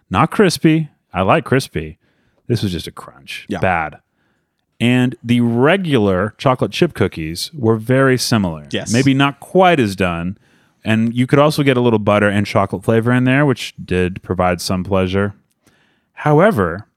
S2: Not crispy. I like crispy. This was just a crunch.
S1: Yeah.
S2: Bad. And the regular chocolate chip cookies were very similar.
S1: Yes.
S2: Maybe not quite as done. And you could also get a little butter and chocolate flavor in there, which did provide some pleasure. However,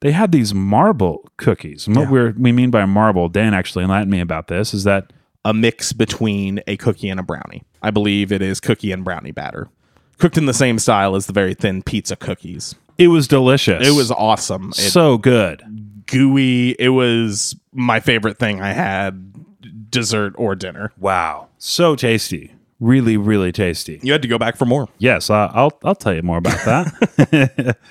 S2: they had these marble cookies. And what we're, we mean by marble, Dan actually enlightened me about this, is that
S1: A mix between a cookie and a brownie. I believe it is cookie and brownie batter. Cooked in the same style as the very thin pizza cookies.
S2: it was delicious.
S1: It was awesome. It's
S2: so good.
S1: gooey. It was my favorite thing I had dessert or dinner.
S2: Wow. So tasty. Really, really tasty.
S1: You had to go back for more.
S2: Yes, I, I'll I'll tell you more about that.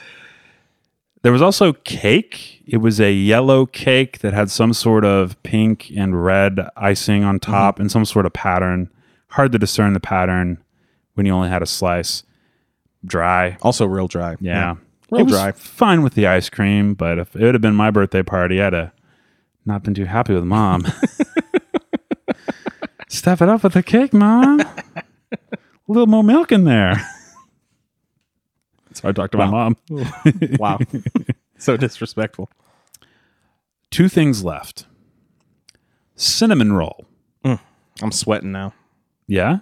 S2: there was also cake. It was a yellow cake that had some sort of pink and red icing on
S1: Mm-hmm.
S2: top and some sort of pattern. Hard to discern the pattern when you only had a slice. Dry.
S1: Also real dry.
S2: Yeah.
S1: Real
S2: it was
S1: dry.
S2: Fine with the ice cream, but if it would have been my birthday party, I'd have not been too happy with mom. Step it up with the cake, mom. A little more milk in there. So I talked to my mom.
S1: Wow. so disrespectful.
S2: Two things left. Cinnamon roll.
S1: I'm sweating now.
S2: Yeah.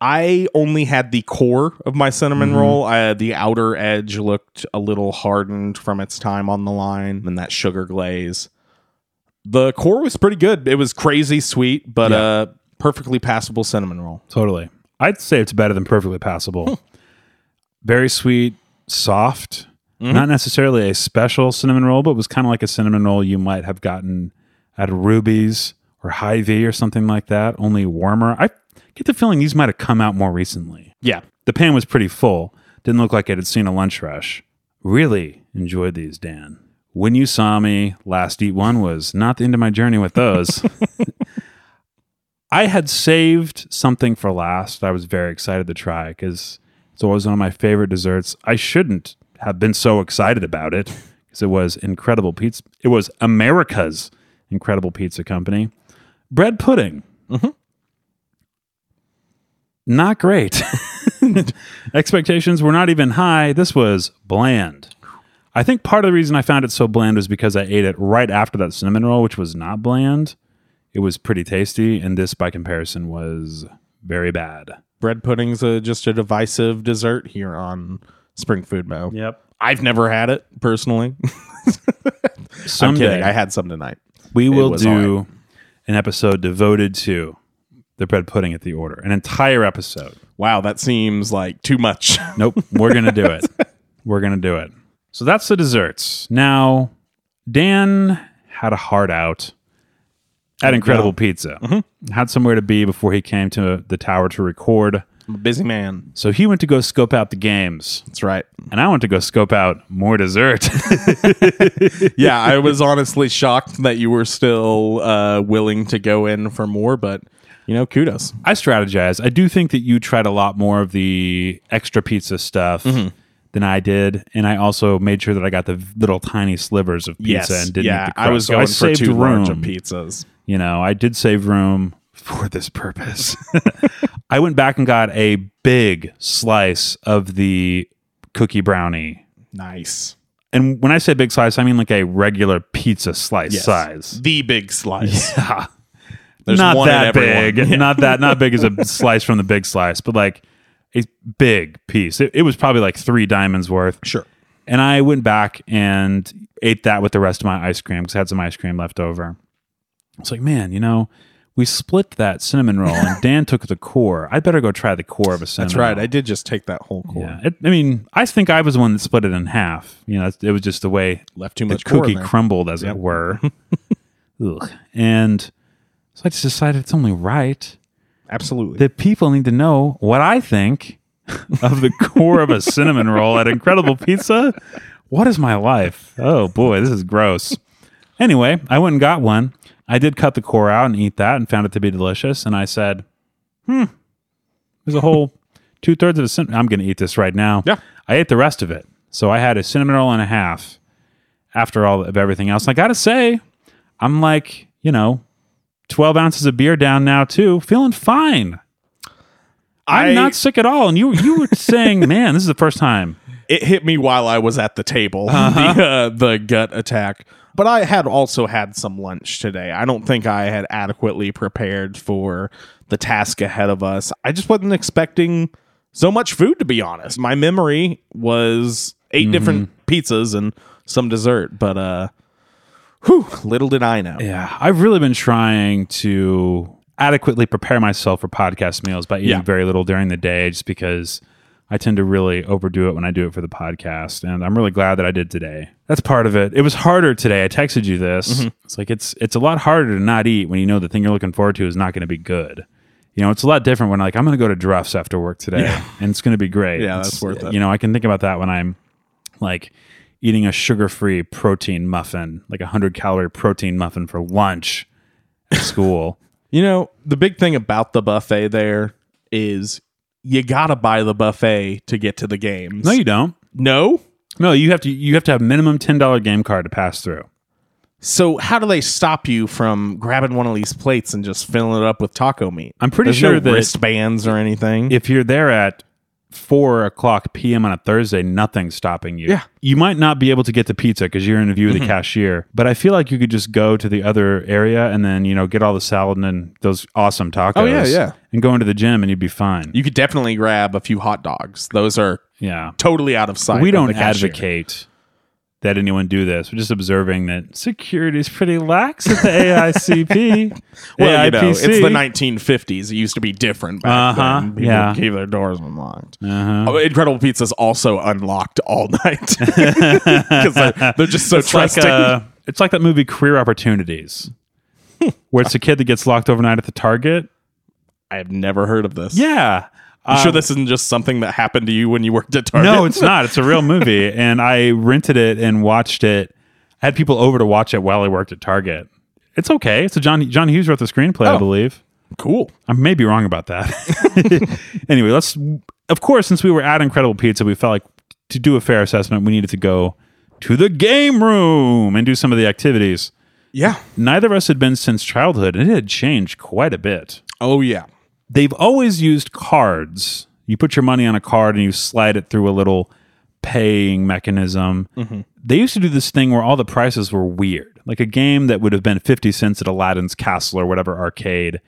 S1: I only had the core of my cinnamon
S2: Mm-hmm.
S1: roll. I, the outer edge looked a little hardened from its time on the line and that sugar glaze. The core was pretty good. It was crazy sweet, but
S2: Yeah.
S1: uh perfectly passable cinnamon roll.
S2: Totally. I'd say it's better than perfectly passable. Very sweet, soft. Not necessarily a special cinnamon roll, but was kind of like a cinnamon roll you might have gotten at Ruby's or Hy-Vee or something like that, only warmer. I get the feeling these might have come out more recently.
S1: Yeah.
S2: The pan was pretty full. Didn't look like it had seen a lunch rush. Really enjoyed these, Dan. When you saw me last eat one was not the end of my journey with those. I had saved something for last. I was very excited to try because it's always one of my favorite desserts. I shouldn't have been so excited about it because it was incredible pizza. It was America's incredible pizza company. Bread pudding. Not great. Expectations were not even high. This was bland. I think part of the reason I found it so bland was because I ate it right after that cinnamon roll, which was not bland. It was pretty tasty, and this, by comparison, was very bad.
S1: Bread pudding's a, just a divisive dessert here on Spring Food Mo.
S2: Yep.
S1: I've never had it personally. I'm
S2: Someday
S1: kidding. I had some tonight.
S2: we will
S1: was
S2: do an episode devoted to the bread pudding at the order, an entire episode.
S1: Wow, that seems like too much.
S2: Nope, we're gonna do it. We're gonna do it. So that's the desserts. Now, Dan had a heart out at Incredible Pizza.
S1: Mm-hmm.
S2: Had somewhere to be before he came to the tower to record.
S1: I'm a busy man.
S2: So he went to go scope out the games,
S1: That's right.
S2: and I went to go scope out more dessert.
S1: yeah, I was honestly shocked that you were still uh, willing to go in for more, but you know, kudos.
S2: I strategize. I do think that you tried a lot more of the extra pizza stuff
S1: Mm-hmm.
S2: than I did, and I also made sure that I got the little tiny slivers of pizza and didn't
S1: yeah,
S2: eat the crust.
S1: I was
S2: So
S1: going for
S2: saved
S1: too large of
S2: room.
S1: pizzas.
S2: You know, I did save room for this purpose. I went back and got a big slice of the cookie brownie.
S1: Nice,
S2: And when I say big slice, I mean like a regular pizza slice size.
S1: the big slice.
S2: Yeah.
S1: There's
S2: not
S1: one at
S2: that
S1: every one.
S2: big. Not that not big as a slice from the big slice, but like a big piece. It, it was probably like three diamonds worth.
S1: Sure.
S2: And I went back and ate that with the rest of my ice cream because I had some ice cream left over. It's like, man, you know, We split that cinnamon roll, and Dan took the core. I better go try the core of a cinnamon.
S1: That's right.
S2: roll.
S1: I did just take that whole core.
S2: Yeah. It, I mean, I think I was the one that split it in half. You know, it's- it was just the way
S1: Left too
S2: the
S1: much core
S2: cookie
S1: in there.
S2: crumbled, as it were. Ugh. And so I just decided it's only right
S1: Absolutely.
S2: that people need to know what I think of the core of a cinnamon roll at Incredible Pizza. What is my life? Oh boy, this is gross. Anyway, I went and got one. I did cut the core out and eat that and found it to be delicious. And I said, hmm, there's a whole two thirds of a cinnamon. I'm going to eat this right now.
S1: Yeah.
S2: I ate the rest of it. So I had a cinnamon roll and a half after all of everything else. And I got to say, I'm like, you know, 12 ounces of beer down now, too, feeling fine. I'm
S1: I-
S2: not sick at all. And you you were saying, man, this is the first time.
S1: it hit me while I was at the table,
S2: Uh-huh.
S1: the, uh, the gut attack. But I had also had some lunch today. I don't think I had adequately prepared for the task ahead of us. I just wasn't expecting so much food, to be honest. My memory was 8
S2: Mm-hmm.
S1: different pizzas and some dessert, but uh, whew, little did I know.
S2: Yeah, I've really been trying to adequately prepare myself for podcast meals by eating
S1: Yeah.
S2: very little during the day just because I tend to really overdo it when I do it for the podcast. And I'm really glad that I did today. That's part of it. It was harder today. I texted you this. It's like it's it's a lot harder to not eat when you know the thing you're looking forward to is not going to be good. You know, it's a lot different when like I'm going to go to Druff's after work today and it's going to be great.
S1: Yeah, that's
S2: It's- uh,
S1: worth it.
S2: You know, I can think about that when I'm like eating a sugar-free protein muffin, like a 100 calorie protein muffin for lunch at school.
S1: You know, the big thing about the buffet there is you got to buy the buffet to get to the games.
S2: no, you don't.
S1: no?
S2: No, you have to you have to have minimum $10 game card to pass through.
S1: So how do they stop you from grabbing one of these plates and just filling it up with taco meat?
S2: I'm pretty
S1: There's
S2: sure
S1: no
S2: that-
S1: wristbands or anything.
S2: If you're there at 4 o'clock p.m. on a Thursday, nothing's stopping you.
S1: Yeah. Mm-hmm.
S2: You might not be able to get the pizza because you're in a view of the cashier, but I feel like you could just go to the other area and then, you know, get all the salad and then those awesome tacos.
S1: Oh, yeah, yeah.
S2: And go into the gym and you'd be fine.
S1: you could definitely grab a few hot dogs. Those are
S2: yeah.
S1: totally out of sight.
S2: we
S1: of
S2: don't
S1: the cashier.
S2: advocate that anyone do this. We're just observing that security is pretty lax at the AICP.
S1: Well, you know, it's the
S2: AIPC.
S1: 1950s. It used to be different back
S2: Uh-huh,
S1: then. People
S2: yeah. Uh-huh.
S1: keep their doors unlocked. Oh, Incredible Pizza's also unlocked all night because they're, they're just so
S2: It's like,
S1: trusting.
S2: uh, it's like that movie Career Opportunities, where it's a kid that gets locked overnight at the Target.
S1: I've never heard of this.
S2: Yeah.
S1: I'm
S2: Um,
S1: sure this isn't just something that happened to you when you worked at Target.
S2: No, it's not. It's a real movie. and I rented it and watched it. I had people over to watch it while I worked at Target. It's okay. It's a John John Hughes wrote the screenplay, I
S1: Oh.
S2: believe.
S1: cool.
S2: I may be wrong about that. anyway, let's. Of course, since we were at Incredible Pizza, we felt like to do a fair assessment, we needed to go to the game room and do some of the activities.
S1: Yeah.
S2: Neither of us had been since childhood, and it had changed quite a bit.
S1: Oh yeah.
S2: They've always used cards. You put your money on a card and you slide it through a little paying mechanism. They used to do this thing where all the prices were weird. Like a game that would have been 50 cents at Aladdin's Castle or whatever arcade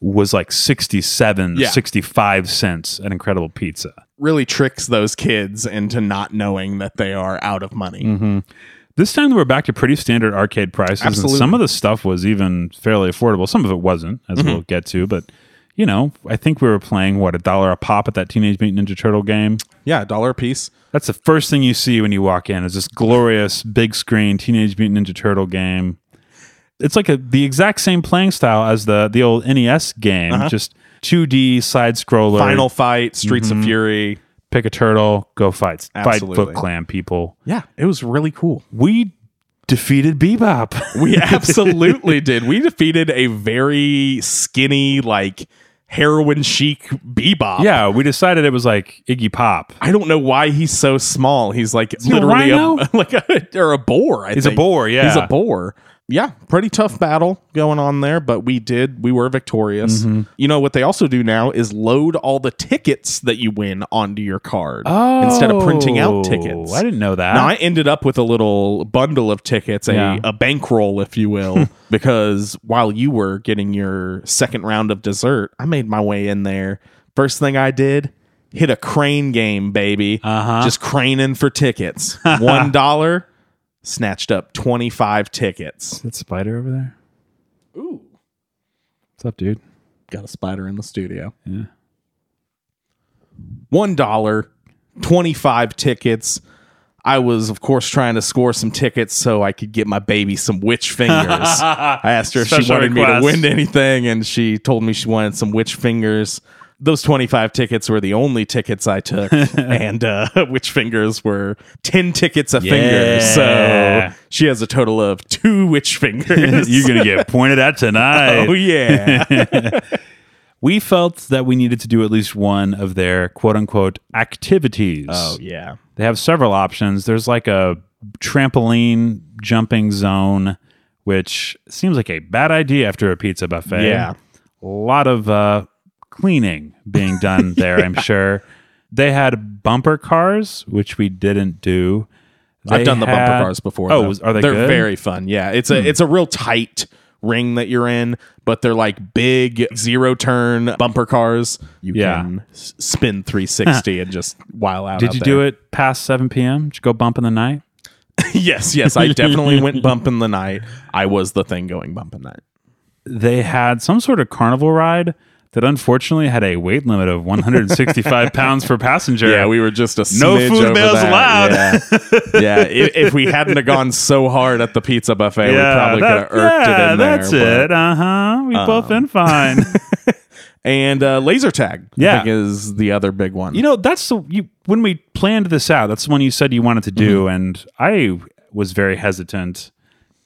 S2: was like 67,
S1: Yeah.
S2: 65 cents at Incredible Pizza.
S1: really tricks those kids into not knowing that they are out of money.
S2: This time we were back to pretty standard arcade prices,
S1: Absolutely.
S2: and some of the stuff was even fairly affordable. Some of it wasn't, as
S1: Mm-hmm.
S2: we'll get to. But you know, I think we were playing what a dollar a pop at that Teenage Mutant Ninja Turtle game.
S1: Yeah, a dollar a piece.
S2: That's the first thing you see when you walk in is this glorious big screen Teenage Mutant Ninja Turtle game. It's like a, the exact same playing style as the the old NES game, just 2D side scroller.
S1: Uh-huh. Final fight, Streets of Fury.
S2: pick a turtle, go fight,
S1: Absolutely.
S2: fight Foot Clan people.
S1: Yeah, it was really cool.
S2: We defeated Bebop.
S1: We absolutely did. We defeated a very skinny, like heroin chic bebop.
S2: Yeah, we decided it was like Iggy Pop.
S1: I don't know why he's so small. He's like
S2: a
S1: literally
S2: rhino?
S1: a, like a, or a boar. I
S2: He's a
S1: think.
S2: boar, yeah.
S1: he's a boar. Yeah, pretty tough battle going on there, but we did. We were victorious.
S2: Mm-hmm.
S1: You know what they also do now is load all the tickets that you win onto your card instead of printing out tickets.
S2: Oh, I didn't know that.
S1: Now I ended up with a little bundle of tickets, a,
S2: Yeah.
S1: a bankroll, if you will, because while you were getting your second round of dessert, I made my way in there. First thing I did, hit a crane game, baby. Uh-huh. Just craning for tickets. One dollar, snatched up twenty five tickets.
S2: that spider over there? Ooh. Is What's up, dude?
S1: Got a spider in the studio.
S2: Yeah.
S1: One dollar, twenty-five tickets. I was, of course, trying to score some tickets so I could get my baby some witch fingers. I asked her if she
S2: Special
S1: wanted
S2: request.
S1: me to win anything, and she told me she wanted some witch fingers. Those 25 tickets were the only tickets I took, and uh, witch fingers were 10 tickets a
S2: Yeah.
S1: finger. So she has a total of two witch fingers.
S2: You're gonna get pointed at tonight.
S1: oh, yeah.
S2: We felt that we needed to do at least one of their quote unquote activities.
S1: oh, yeah.
S2: They have several options. There's like a trampoline jumping zone, which seems like a bad idea after a pizza buffet.
S1: Yeah.
S2: A lot of uh, cleaning being done there, I'm sure. They had bumper cars, which we didn't do. They
S1: I've done the bumper
S2: had-
S1: cars before.
S2: Oh,
S1: though.
S2: was- are they
S1: They're
S2: good? Hmm.
S1: very fun. Yeah, it's a it's a real tight ring that you're in, but they're like big zero turn bumper cars. You
S2: Yeah.
S1: can s- spin 360 and just while out.
S2: Did you do it past 7 p.m.? Did you go bump in the night?
S1: yes, yes. I definitely went bumping the night. I was the thing going bumping that.
S2: they had some sort of carnival ride that unfortunately had a weight limit of 165 pounds per passenger.
S1: Yeah, we were just a
S2: No
S1: smidge
S2: food
S1: over
S2: bells
S1: that.
S2: allowed.
S1: Yeah, yeah. If, if we hadn't have gone so hard at the pizza buffet, we probably could have irked
S2: that-
S1: it
S2: yeah,
S1: in there.
S2: that's
S1: but- um,
S2: it. Uh huh. We've both been fine.
S1: And uh, laser tag, I
S2: Yeah.
S1: think is the other big one.
S2: you know, that's the you when we planned this out. That's the one you said you wanted to do,
S1: Mm-hmm.
S2: and I was very hesitant.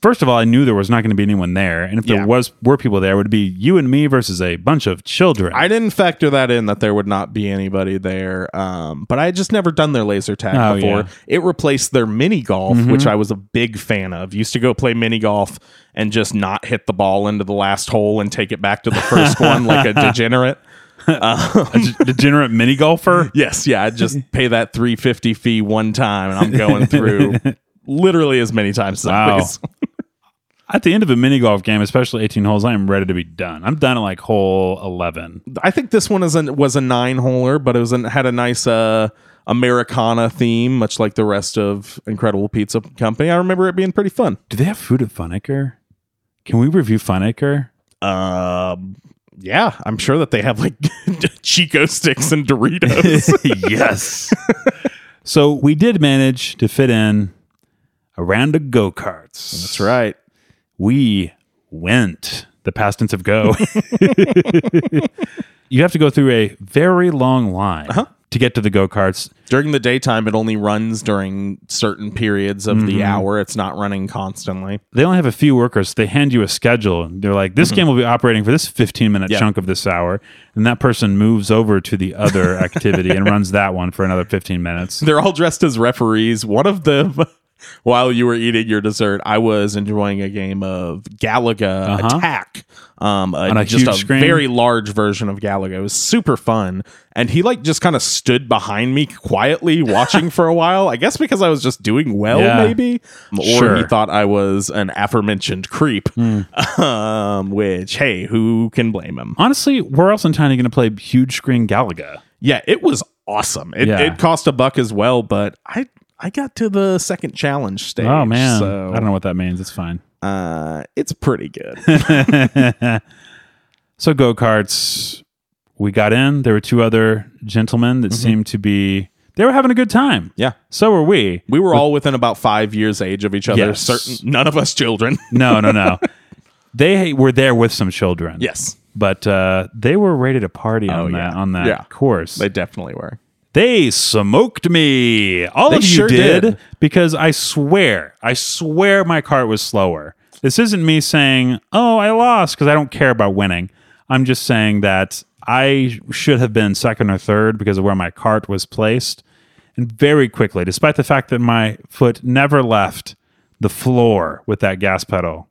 S2: First of all, I knew there was not going to be anyone there, and if
S1: Yeah.
S2: there was were people there, it would be you and me versus a bunch of children.
S1: I didn't factor that in that there would not be anybody there. Um, but I had just never done their laser tag
S2: Oh,
S1: before.
S2: yeah.
S1: It replaced their mini golf, which I was a big fan of. Used to go play mini golf and just not hit the ball into the last hole and take it back to the first one like a degenerate.
S2: a d- degenerate mini golfer.
S1: Yes, yeah, I'd just pay that 350 fee one time and I'm going through literally as many times as I
S2: Wow.
S1: please.
S2: At the end of a mini golf game, especially 18 holes, I am ready to be done. I'm done at like hole 11.
S1: I think this one is an, was a nine holer, but it was an, had a nice uh, Americana theme, much like the rest of Incredible Pizza Company. I remember it being pretty fun.
S2: Do they have food at Funacre? Can we review Funacre?
S1: Um, yeah, I'm sure that they have like Chico sticks and Doritos.
S2: yes. so we did manage to fit in a round of go karts.
S1: That's right.
S2: We went the past tense of go. you have to go through a very long line
S1: Uh-huh.
S2: to get to the go karts.
S1: During the daytime, it only runs during certain periods of the hour. It's not running constantly.
S2: they only have a few workers. They hand you a schedule. and They're like, this game will be operating for this 15 minute
S1: Mm-hmm. Yeah.
S2: chunk of this hour. And that person moves over to the other activity and runs that one for another 15 minutes.
S1: They're all dressed as referees. One of them, while you were eating your dessert, I was enjoying a game of Galaga
S2: Uh-huh.
S1: Attack. Um, a,
S2: On a
S1: just
S2: huge
S1: a
S2: screen?
S1: very large version of Galaga. It was super fun, and he like just kind of stood behind me quietly, watching for a while. I guess because I was just doing well,
S2: Yeah.
S1: maybe, or he
S2: Sure. Hmm.
S1: thought I was an aforementioned creep. Um, which, hey, who can blame him?
S2: Honestly, where else in town are you going to play huge screen Galaga?
S1: Yeah, it was awesome. It,
S2: Yeah.
S1: it cost a buck as well, but I I got to the second challenge stage.
S2: Oh, man.
S1: so
S2: I don't know what that means. It's fine.
S1: Uh, it's pretty good.
S2: So, go karts, we got in. There were two other gentlemen that seemed to be, they were having a good time.
S1: Mm-hmm. yeah,
S2: So were we.
S1: we were all within about five years age of each other.
S2: Yes.
S1: Certain, none of us children.
S2: No, no, no. they were there with some children.
S1: yes,
S2: but uh, they were ready to party on
S1: Oh,
S2: that
S1: yeah.
S2: on that
S1: Yeah.
S2: course.
S1: they
S2: They,
S1: definitely were.
S2: smoked me. All
S1: They
S2: of you
S1: sure
S2: did,
S1: did.
S2: because I swear, I swear, my cart was slower. This isn't me saying, "Oh, I lost," because I don't care about winning. I'm just saying that I should have been second or third because of where my cart was placed, and very quickly, despite the fact that my foot never left the floor with that gas pedal.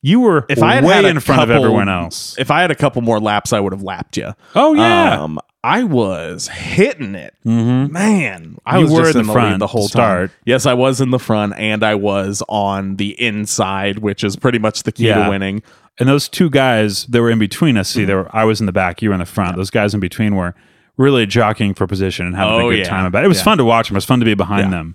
S2: You were
S1: If I had
S2: way
S1: had a
S2: in front of
S1: couple-
S2: everyone else.
S1: if I had a couple more laps, I would have lapped you.
S2: Oh, yeah. Mm-hmm.
S1: Um, I was hitting it, man. I
S2: You
S1: was
S2: were
S1: just
S2: in the
S1: in the, lead
S2: front
S1: the whole
S2: to start.
S1: time. Yes, I was in the front, and I was on the inside, which is pretty much the key to
S2: Yeah.
S1: winning.
S2: And those two guys that were in between us,
S1: Mm-hmm.
S2: see, they were, I was in the back, you were in the front. Those guys in between were really jockeying for position and having
S1: Oh,
S2: a good
S1: yeah.
S2: time about it. It was
S1: Yeah.
S2: fun to watch them. It was fun to be behind them.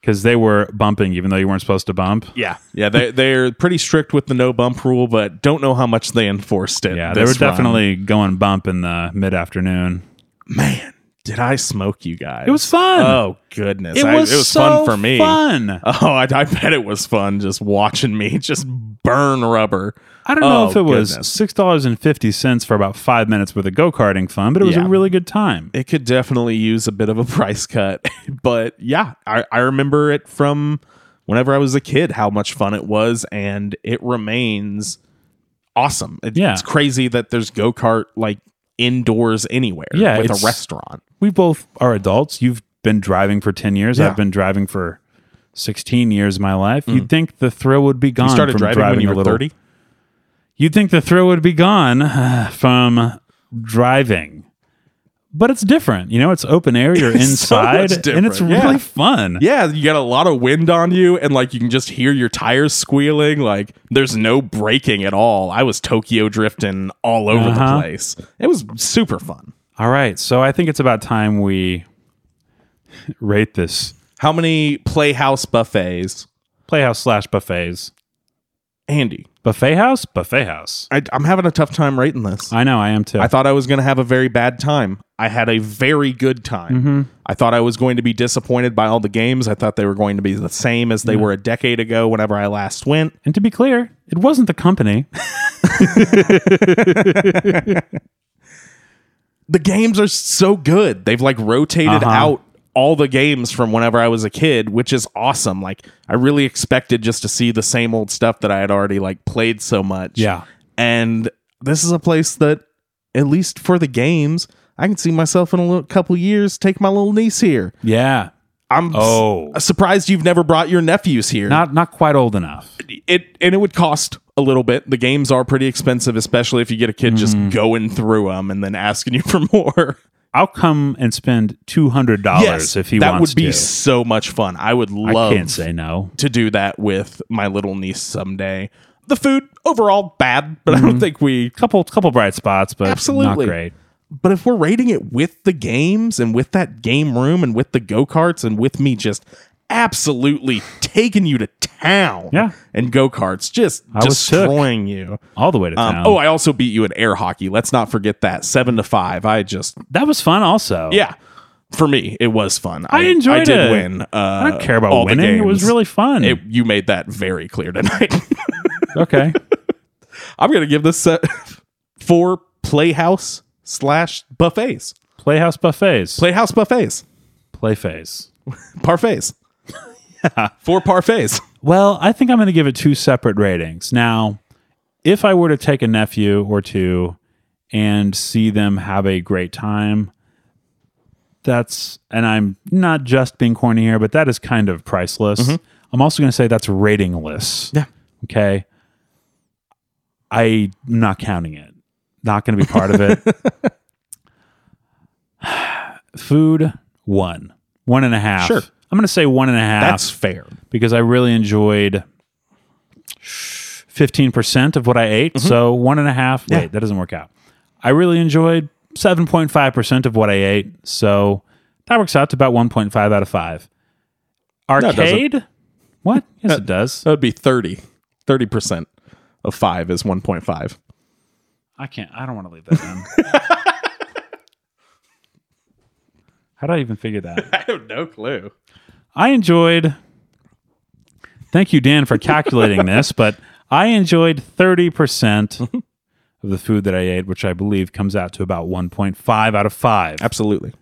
S2: because they were bumping even though you weren't supposed to bump.
S1: Yeah, yeah, they they're pretty strict with the no bump rule, but don't know how much they enforced it.
S2: Yeah, they were
S1: this run.
S2: definitely going bump in the mid afternoon.
S1: man. Did I smoke you guys?
S2: It was fun.
S1: Oh goodness, I- it was fun for me.
S2: Fun.
S1: Oh, I, I bet it was fun just watching me just burn rubber.
S2: I don't know
S1: Oh,
S2: if it was
S1: goodness.
S2: six dollars and fifty cents for about five minutes worth of go karting fun, but it was
S1: Yeah.
S2: a really good time.
S1: It could definitely use a bit of a price cut, but yeah, I, I remember it from whenever I was a kid how much fun it was, and it remains awesome. It-
S2: Yeah.
S1: It's crazy that there's go kart like indoors anywhere
S2: Yeah,
S1: with
S2: it's-
S1: a restaurant.
S2: we both are adults. You've been driving for 10 years.
S1: Yeah. Mm.
S2: I've been driving for 16 years of my life. You'd think the thrill would be gone.
S1: You started
S2: from
S1: driving, when you
S2: a
S1: were
S2: little-
S1: 30?
S2: You'd think the thrill would be gone uh, from driving. But it's different. You know, it's open air, you're
S1: It's so much
S2: inside, and it's
S1: different, yeah.
S2: really fun.
S1: Yeah, you got a lot of wind on you, and like you can just hear your tires squealing. Like there's no braking at all. I was Tokyo drifting all over
S2: Uh-huh.
S1: the place. It was super fun.
S2: All right. So I think it's about time we rate this
S1: How many Playhouse buffets,
S2: Playhouse slash buffets.
S1: Andy?
S2: Buffet house? Buffet house.
S1: I, I'm having a tough time rating this.
S2: I know, I am too.
S1: I thought I was going to have a very bad time. I had a very good time.
S2: Mm-hmm.
S1: I thought I was going to be disappointed by all the games. I thought they were going to be the same as they were a decade ago whenever I last went.
S2: And to be clear, it wasn't the company.
S1: the games are so good. They've like rotated
S2: Uh-huh.
S1: out all the games from whenever I was a kid, which is awesome. Like I really expected just to see the same old stuff that I had already like played so much.
S2: Yeah.
S1: And this is a place that at least for the games, I can see myself in a little, couple years take my little niece here.
S2: Yeah.
S1: I'm s-
S2: Oh.
S1: surprised you've never brought your nephews here.
S2: Not not quite old enough.
S1: it and it would cost a little bit. The games are pretty expensive, especially if you get a kid just
S2: Mm-hmm.
S1: going through them and then asking you for more.
S2: I'll come and spend two hundred dollars if he
S1: that
S2: wants
S1: would be
S2: to.
S1: so much fun. I would
S2: I
S1: love
S2: can't say no.
S1: to do that with my little niece someday. The food overall bad, but I
S2: Mm-hmm.
S1: don't think we.
S2: Couple couple bright spots, but
S1: Absolutely.
S2: not great.
S1: But if we're rating it with the games and with that game room and with the go karts and with me just absolutely taking you to town,
S2: Yeah.
S1: and go karts just
S2: I was shook.
S1: destroying you.
S2: All the way to town.
S1: Um, oh, I also beat you in air hockey. Let's not forget that seven to five. I just
S2: that was fun. Also,
S1: yeah. For me, it was fun.
S2: I enjoyed
S1: I did
S2: it.
S1: win. Uh,
S2: I don't care
S1: all
S2: about
S1: the
S2: winning. It was
S1: games.
S2: really fun.
S1: it, you made that very clear tonight.
S2: okay,
S1: I'm gonna give this uh, four playhouse slash buffets,
S2: Playhouse buffets, play,
S1: playhouse buffets,
S2: playface.
S1: parfaits, four parfaits.
S2: Well, I think I'm going to give it two separate ratings. Now, if I were to take a nephew or two and see them have a great time, that's, and I'm not just being corny here, but that is kind of priceless. I'm also going to say that's ratingless.
S1: Mm-hmm. Yeah.
S2: Okay. I'm not counting it, not going to be part of it. Food, one, one and a half.
S1: Sure.
S2: I'm going to say one and a half
S1: That's fair.
S2: because I really enjoyed 15% of what I ate. So one and a half.
S1: Mm-hmm. Yeah.
S2: Wait, that doesn't work out. I really enjoyed 7.5% of what I ate. So that works out to about 1.5 out of 5.
S1: it doesn't.
S2: Arcade? what? Yes, it does.
S1: That would be 30 30 percent of five is one point five.
S2: I can't. I don't want to leave that in. How do I even figure that?
S1: I have no clue.
S2: I enjoyed. Thank you, Dan, for calculating this, but I enjoyed 30% of the food that I ate, which I believe comes out to about 1.5 out of 5.
S1: Absolutely.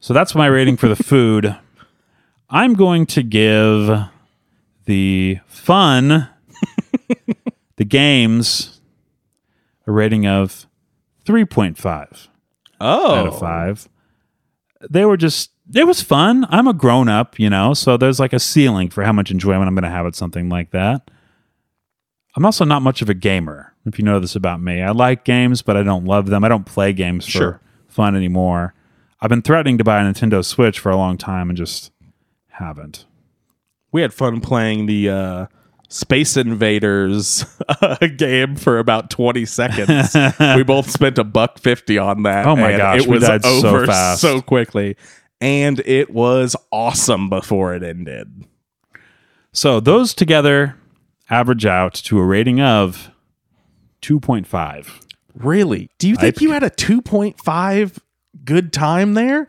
S2: So that's my rating for the food. I'm going to give the fun, the games, a rating of 3.5
S1: Oh,
S2: out of five. They were just it was fun. I'm a grown up, you know, so there's like a ceiling for how much enjoyment I'm gonna have at something like that. I'm also not much of a gamer, if you know this about me. I like games, but I don't love them. I don't play games for
S1: Sure.
S2: fun anymore. I've been threatening to buy a Nintendo Switch for a long time and just haven't.
S1: we had fun playing the uh, Space Invaders uh, game for about 20 seconds. we both spent a buck 50 on that.
S2: Oh my
S1: and
S2: gosh,
S1: It
S2: we
S1: was
S2: died so
S1: over
S2: fast.
S1: so quickly. and it was awesome before it ended.
S2: So those together average out to a rating of 2.5.
S1: Really? Do you think
S2: I-
S1: you had a 2.5 good time there?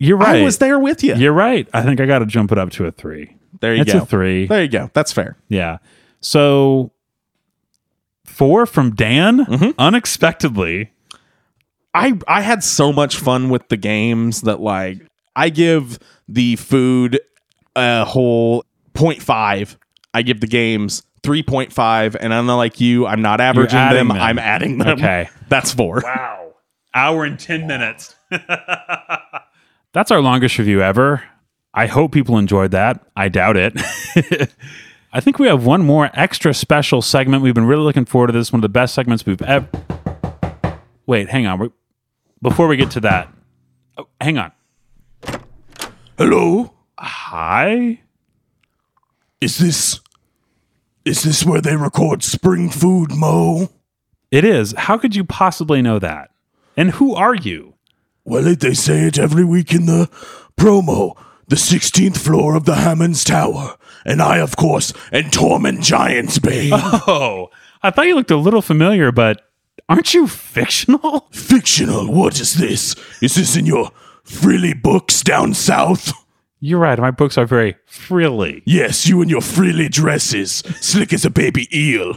S2: You're right.
S1: I was there with you.
S2: You're right. I think I got to jump it up to a three.
S1: there you
S2: It's
S1: go.
S2: a three.
S1: There you go. That's fair.
S2: Yeah. So four from Dan
S1: Mm-hmm.
S2: unexpectedly.
S1: I I had so much fun with the games that like I give the food a whole 0.5. I give the games 3.5 and I'm not like you, I'm not averaging
S2: adding
S1: them,
S2: them.
S1: I'm adding them.
S2: Okay.
S1: That's 4.
S2: Wow. Hour and 10 minutes. That's our longest review ever. I hope people enjoyed that. I doubt it. I think we have one more extra special segment. We've been really looking forward to this. One of the best segments we've ever. Wait, hang on. We- Before we get to that, oh, hang on.
S1: Hello.
S2: Hi.
S1: Is this Is this where they record Spring Food Mo?
S2: It is. How could you possibly know that? And who are you?
S5: Well, it- they say it every week in the promo. The 16th floor of the Hammond's Tower. And I, of course, am Tormund Giantsbane.
S2: Oh, I thought you looked a little familiar, but aren't you fictional?
S5: Fictional, what is this? Is this in your frilly books down south?
S2: You're right. My books are very frilly.
S5: Yes, you and your frilly dresses. Slick as a baby eel.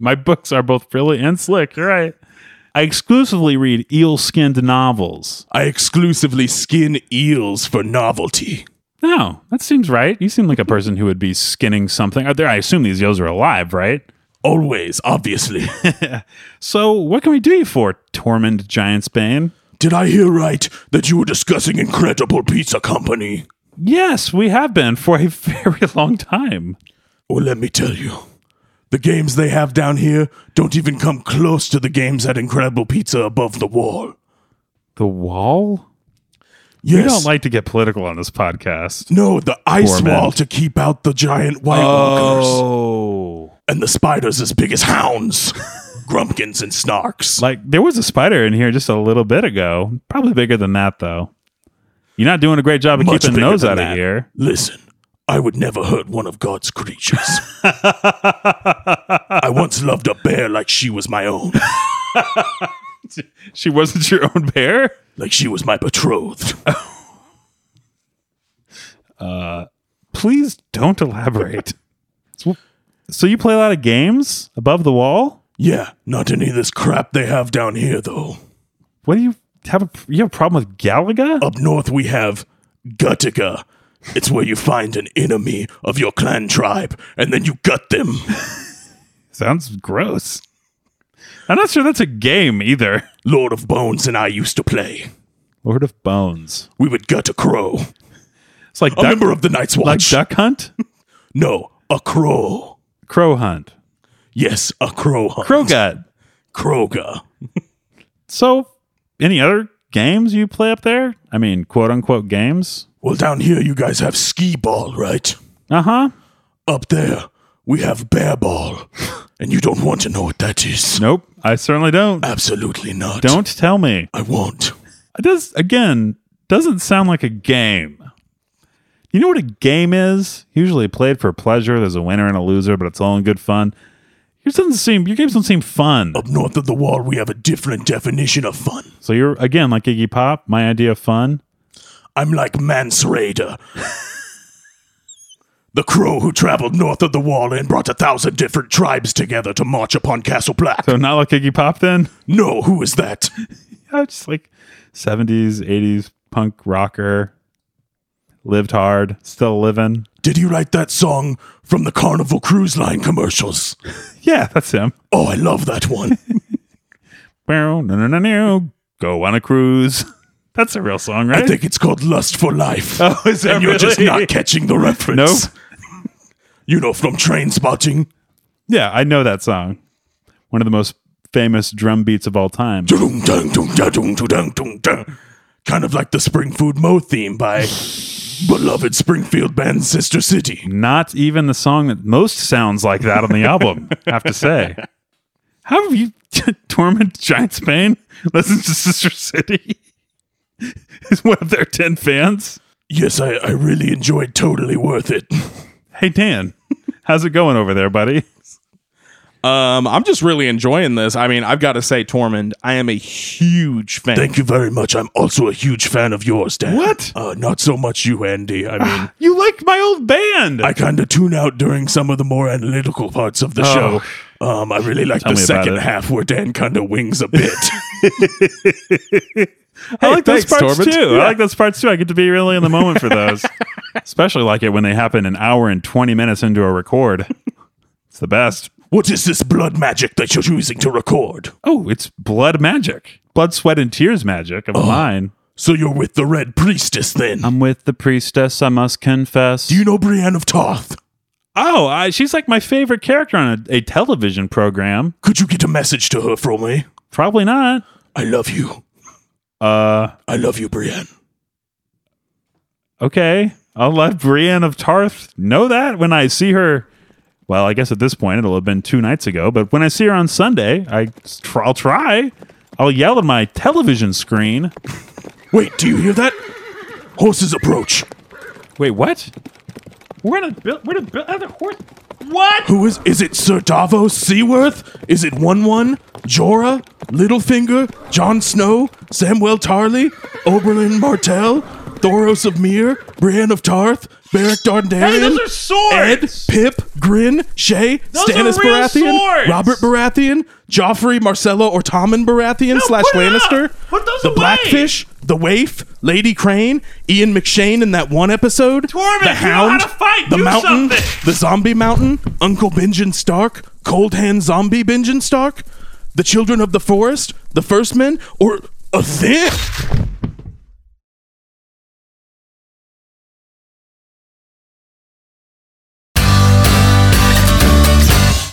S2: My books are both frilly and slick. You're right. I exclusively read eel skinned novels.
S5: I exclusively skin eels for novelty.
S2: No, that seems right. You seem like a person who would be skinning something. Are there? I assume these eels are alive, right?
S5: Always, obviously.
S2: So, what can we do you for, Tormund Giantsbane?
S5: Did I hear right that you were discussing Incredible Pizza Company?
S2: Yes, we have been for a very long time.
S5: Well, let me tell you. The games they have down here don't even come close to the games at Incredible Pizza above the wall.
S2: The wall?
S5: Yes.
S2: We don't like to get political on this podcast.
S5: no, the ice
S2: Torment.
S5: wall to keep out the giant white walkers
S2: Oh.
S5: and the spiders as big as hounds, grumpkins and snarks.
S2: Like, there was a spider in here just a little bit ago. Probably bigger than that, though. You're not doing a great job of
S5: Much
S2: keeping
S5: bigger
S2: those
S5: than
S2: out of
S5: that.
S2: here.
S5: Listen, I would never hurt one of God's creatures. I once loved a bear like she was my own,
S2: She wasn't your own bear?
S5: like she was my betrothed.
S2: Please don't elaborate. so, so you play a lot of games above the wall?
S5: yeah, not any of this crap they have down here, though.
S2: What do you have a you have a problem with Galaga?
S5: Up north, we have Gutica. It's where you find an enemy of your clan tribe, and then you gut them.
S2: Sounds gross. I'm not sure that's a game either.
S5: Lord of Bones and I used to play.
S2: Lord of Bones.
S5: We would gut a crow.
S2: It's like
S5: A
S2: duck,
S5: member of the Night's
S2: like
S5: Watch.
S2: duck hunt,
S5: no, a crow.
S2: crow hunt,
S5: Yes, a crow hunt.
S2: crow gut.
S5: Kroga.
S2: So, any other games you play up there? I mean, quote unquote games.
S5: Well, down here, you guys have skee ball, right?
S2: Uh huh.
S5: Up there, we have bear ball. and you don't want to know what that is.
S2: Nope. I certainly don't.
S5: Absolutely not.
S2: Don't tell me.
S5: I won't.
S2: It does again doesn't sound like a game. You know what a game is? Usually played for pleasure. There's a winner and a loser, but it's all in good fun. Yours doesn't seem your games don't seem fun.
S5: Up north of the wall, we have a different definition of fun.
S2: So you're again like Iggy Pop. My idea of fun.
S5: I'm like Mance Raider. the crow who traveled north of the wall and brought a thousand different tribes together to march upon Castle Black.
S2: So not like Iggy Pop then.
S5: No, who is that?
S2: Yeah, just like 70s, 80s punk rocker. Lived hard, still living.
S5: Did he write that song from the Carnival Cruise Line commercials?
S2: Yeah, that's him.
S5: Oh, I love that one.
S2: Well, no, no, no, no. Go on a cruise. That's a real song, right?
S5: I think it's called Lust for Life.
S2: Oh, is that
S5: and you're just
S2: really?
S5: not catching the reference. you know, from train spotting.
S2: Yeah, I know that song. One of the most famous drum beats of all time.
S5: Dun, dun, dun, dun, dun, dun, dun, dun. Kind of like the Spring Food Mo theme by beloved Springfield band Sister City.
S2: Not even the song that most sounds like that on the album, I have to say. How have you torment Giants Pain? Listens to Sister City. Is one of their ten fans.
S5: Yes, I, I really enjoyed Totally Worth It.
S2: Hey Dan, how's it going over there, buddy?
S1: Um, I'm just really enjoying this. I mean, I've got to say, Tormund, I am a huge fan.
S5: Thank you very much. I'm also a huge fan of yours, Dan.
S2: What?
S5: Uh, not so much you, Andy. I mean,
S2: You like my old band.
S5: I kind of tune out during some of the more analytical parts of the
S2: Oh.
S5: show. Um, I really like the
S2: me about
S5: second
S2: it.
S5: half where Dan kind of wings a bit.
S2: I like those
S1: thanks,
S2: parts
S1: Torben.
S2: too.
S1: Yeah.
S2: I like those parts too. I get to be really in the moment for those. Especially like it when they happen an hour and 20 minutes into a record. It's the best.
S5: what is this blood magic that you're using to record?
S2: Oh, it's blood magic. Blood, sweat, and tears magic of mine.
S5: So you're with the Red Priestess then?
S2: I'm with the priestess, I must confess.
S5: Do you know Brienne of Tarth?
S2: oh, I, she's like my favorite character on a, a television program.
S5: Could you get a message to her from me?
S2: Probably not.
S5: I love you.
S2: Uh,
S5: I love you, Brienne.
S2: okay. I'll let Brienne of Tarth know that when I see her. Well, I guess at this point it'll have been two nights ago, but when I see her on Sunday, I, tr- I'll try. I'll yell at my television screen.
S5: Wait, do you hear that? Horses approach.
S2: Wait, what? Where did Bill? Where did Bill? Other horse? What?
S5: Who is? Is it Sir Davos Seaworth? Is it One One? Jorah? Littlefinger? Jon Snow? Samwell Tarly? Oberlin Martell? Thoros of Mere? Brienne of Tarth? Beric Dondarrion?
S2: Hey, those are swords!
S5: Ed, Pip, Grin, Shay,
S2: Those
S5: Stannis
S2: are real
S5: Baratheon,
S2: swords!
S5: Robert Baratheon, Joffrey, Marcello, or Tommen Baratheon slash
S2: put it up!
S5: Lannister,
S2: Put those
S5: the
S2: away!
S5: Blackfish, the Waif, Lady Crane, Ian McShane in that one episode,
S2: Tormund,
S5: the
S2: you know how
S5: Hound,
S2: to fight!
S5: the
S2: Do
S5: Mountain,
S2: something!
S5: the Zombie Mountain, Uncle Benjen Stark, Cold Hand Zombie Benjen Stark, the Children of the Forest, the First Men, or a thing?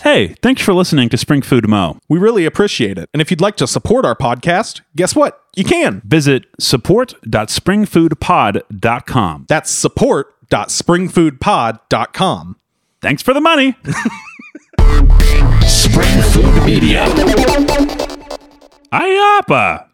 S2: Hey, thanks for listening to Spring Food Mo.
S1: We really appreciate it. And if you'd like to support our podcast, guess what? You can.
S2: Visit support.springfoodpod.com.
S1: That's support.springfoodpod.com.
S2: Thanks for the money.
S6: Spring Food Media.
S2: IAPA.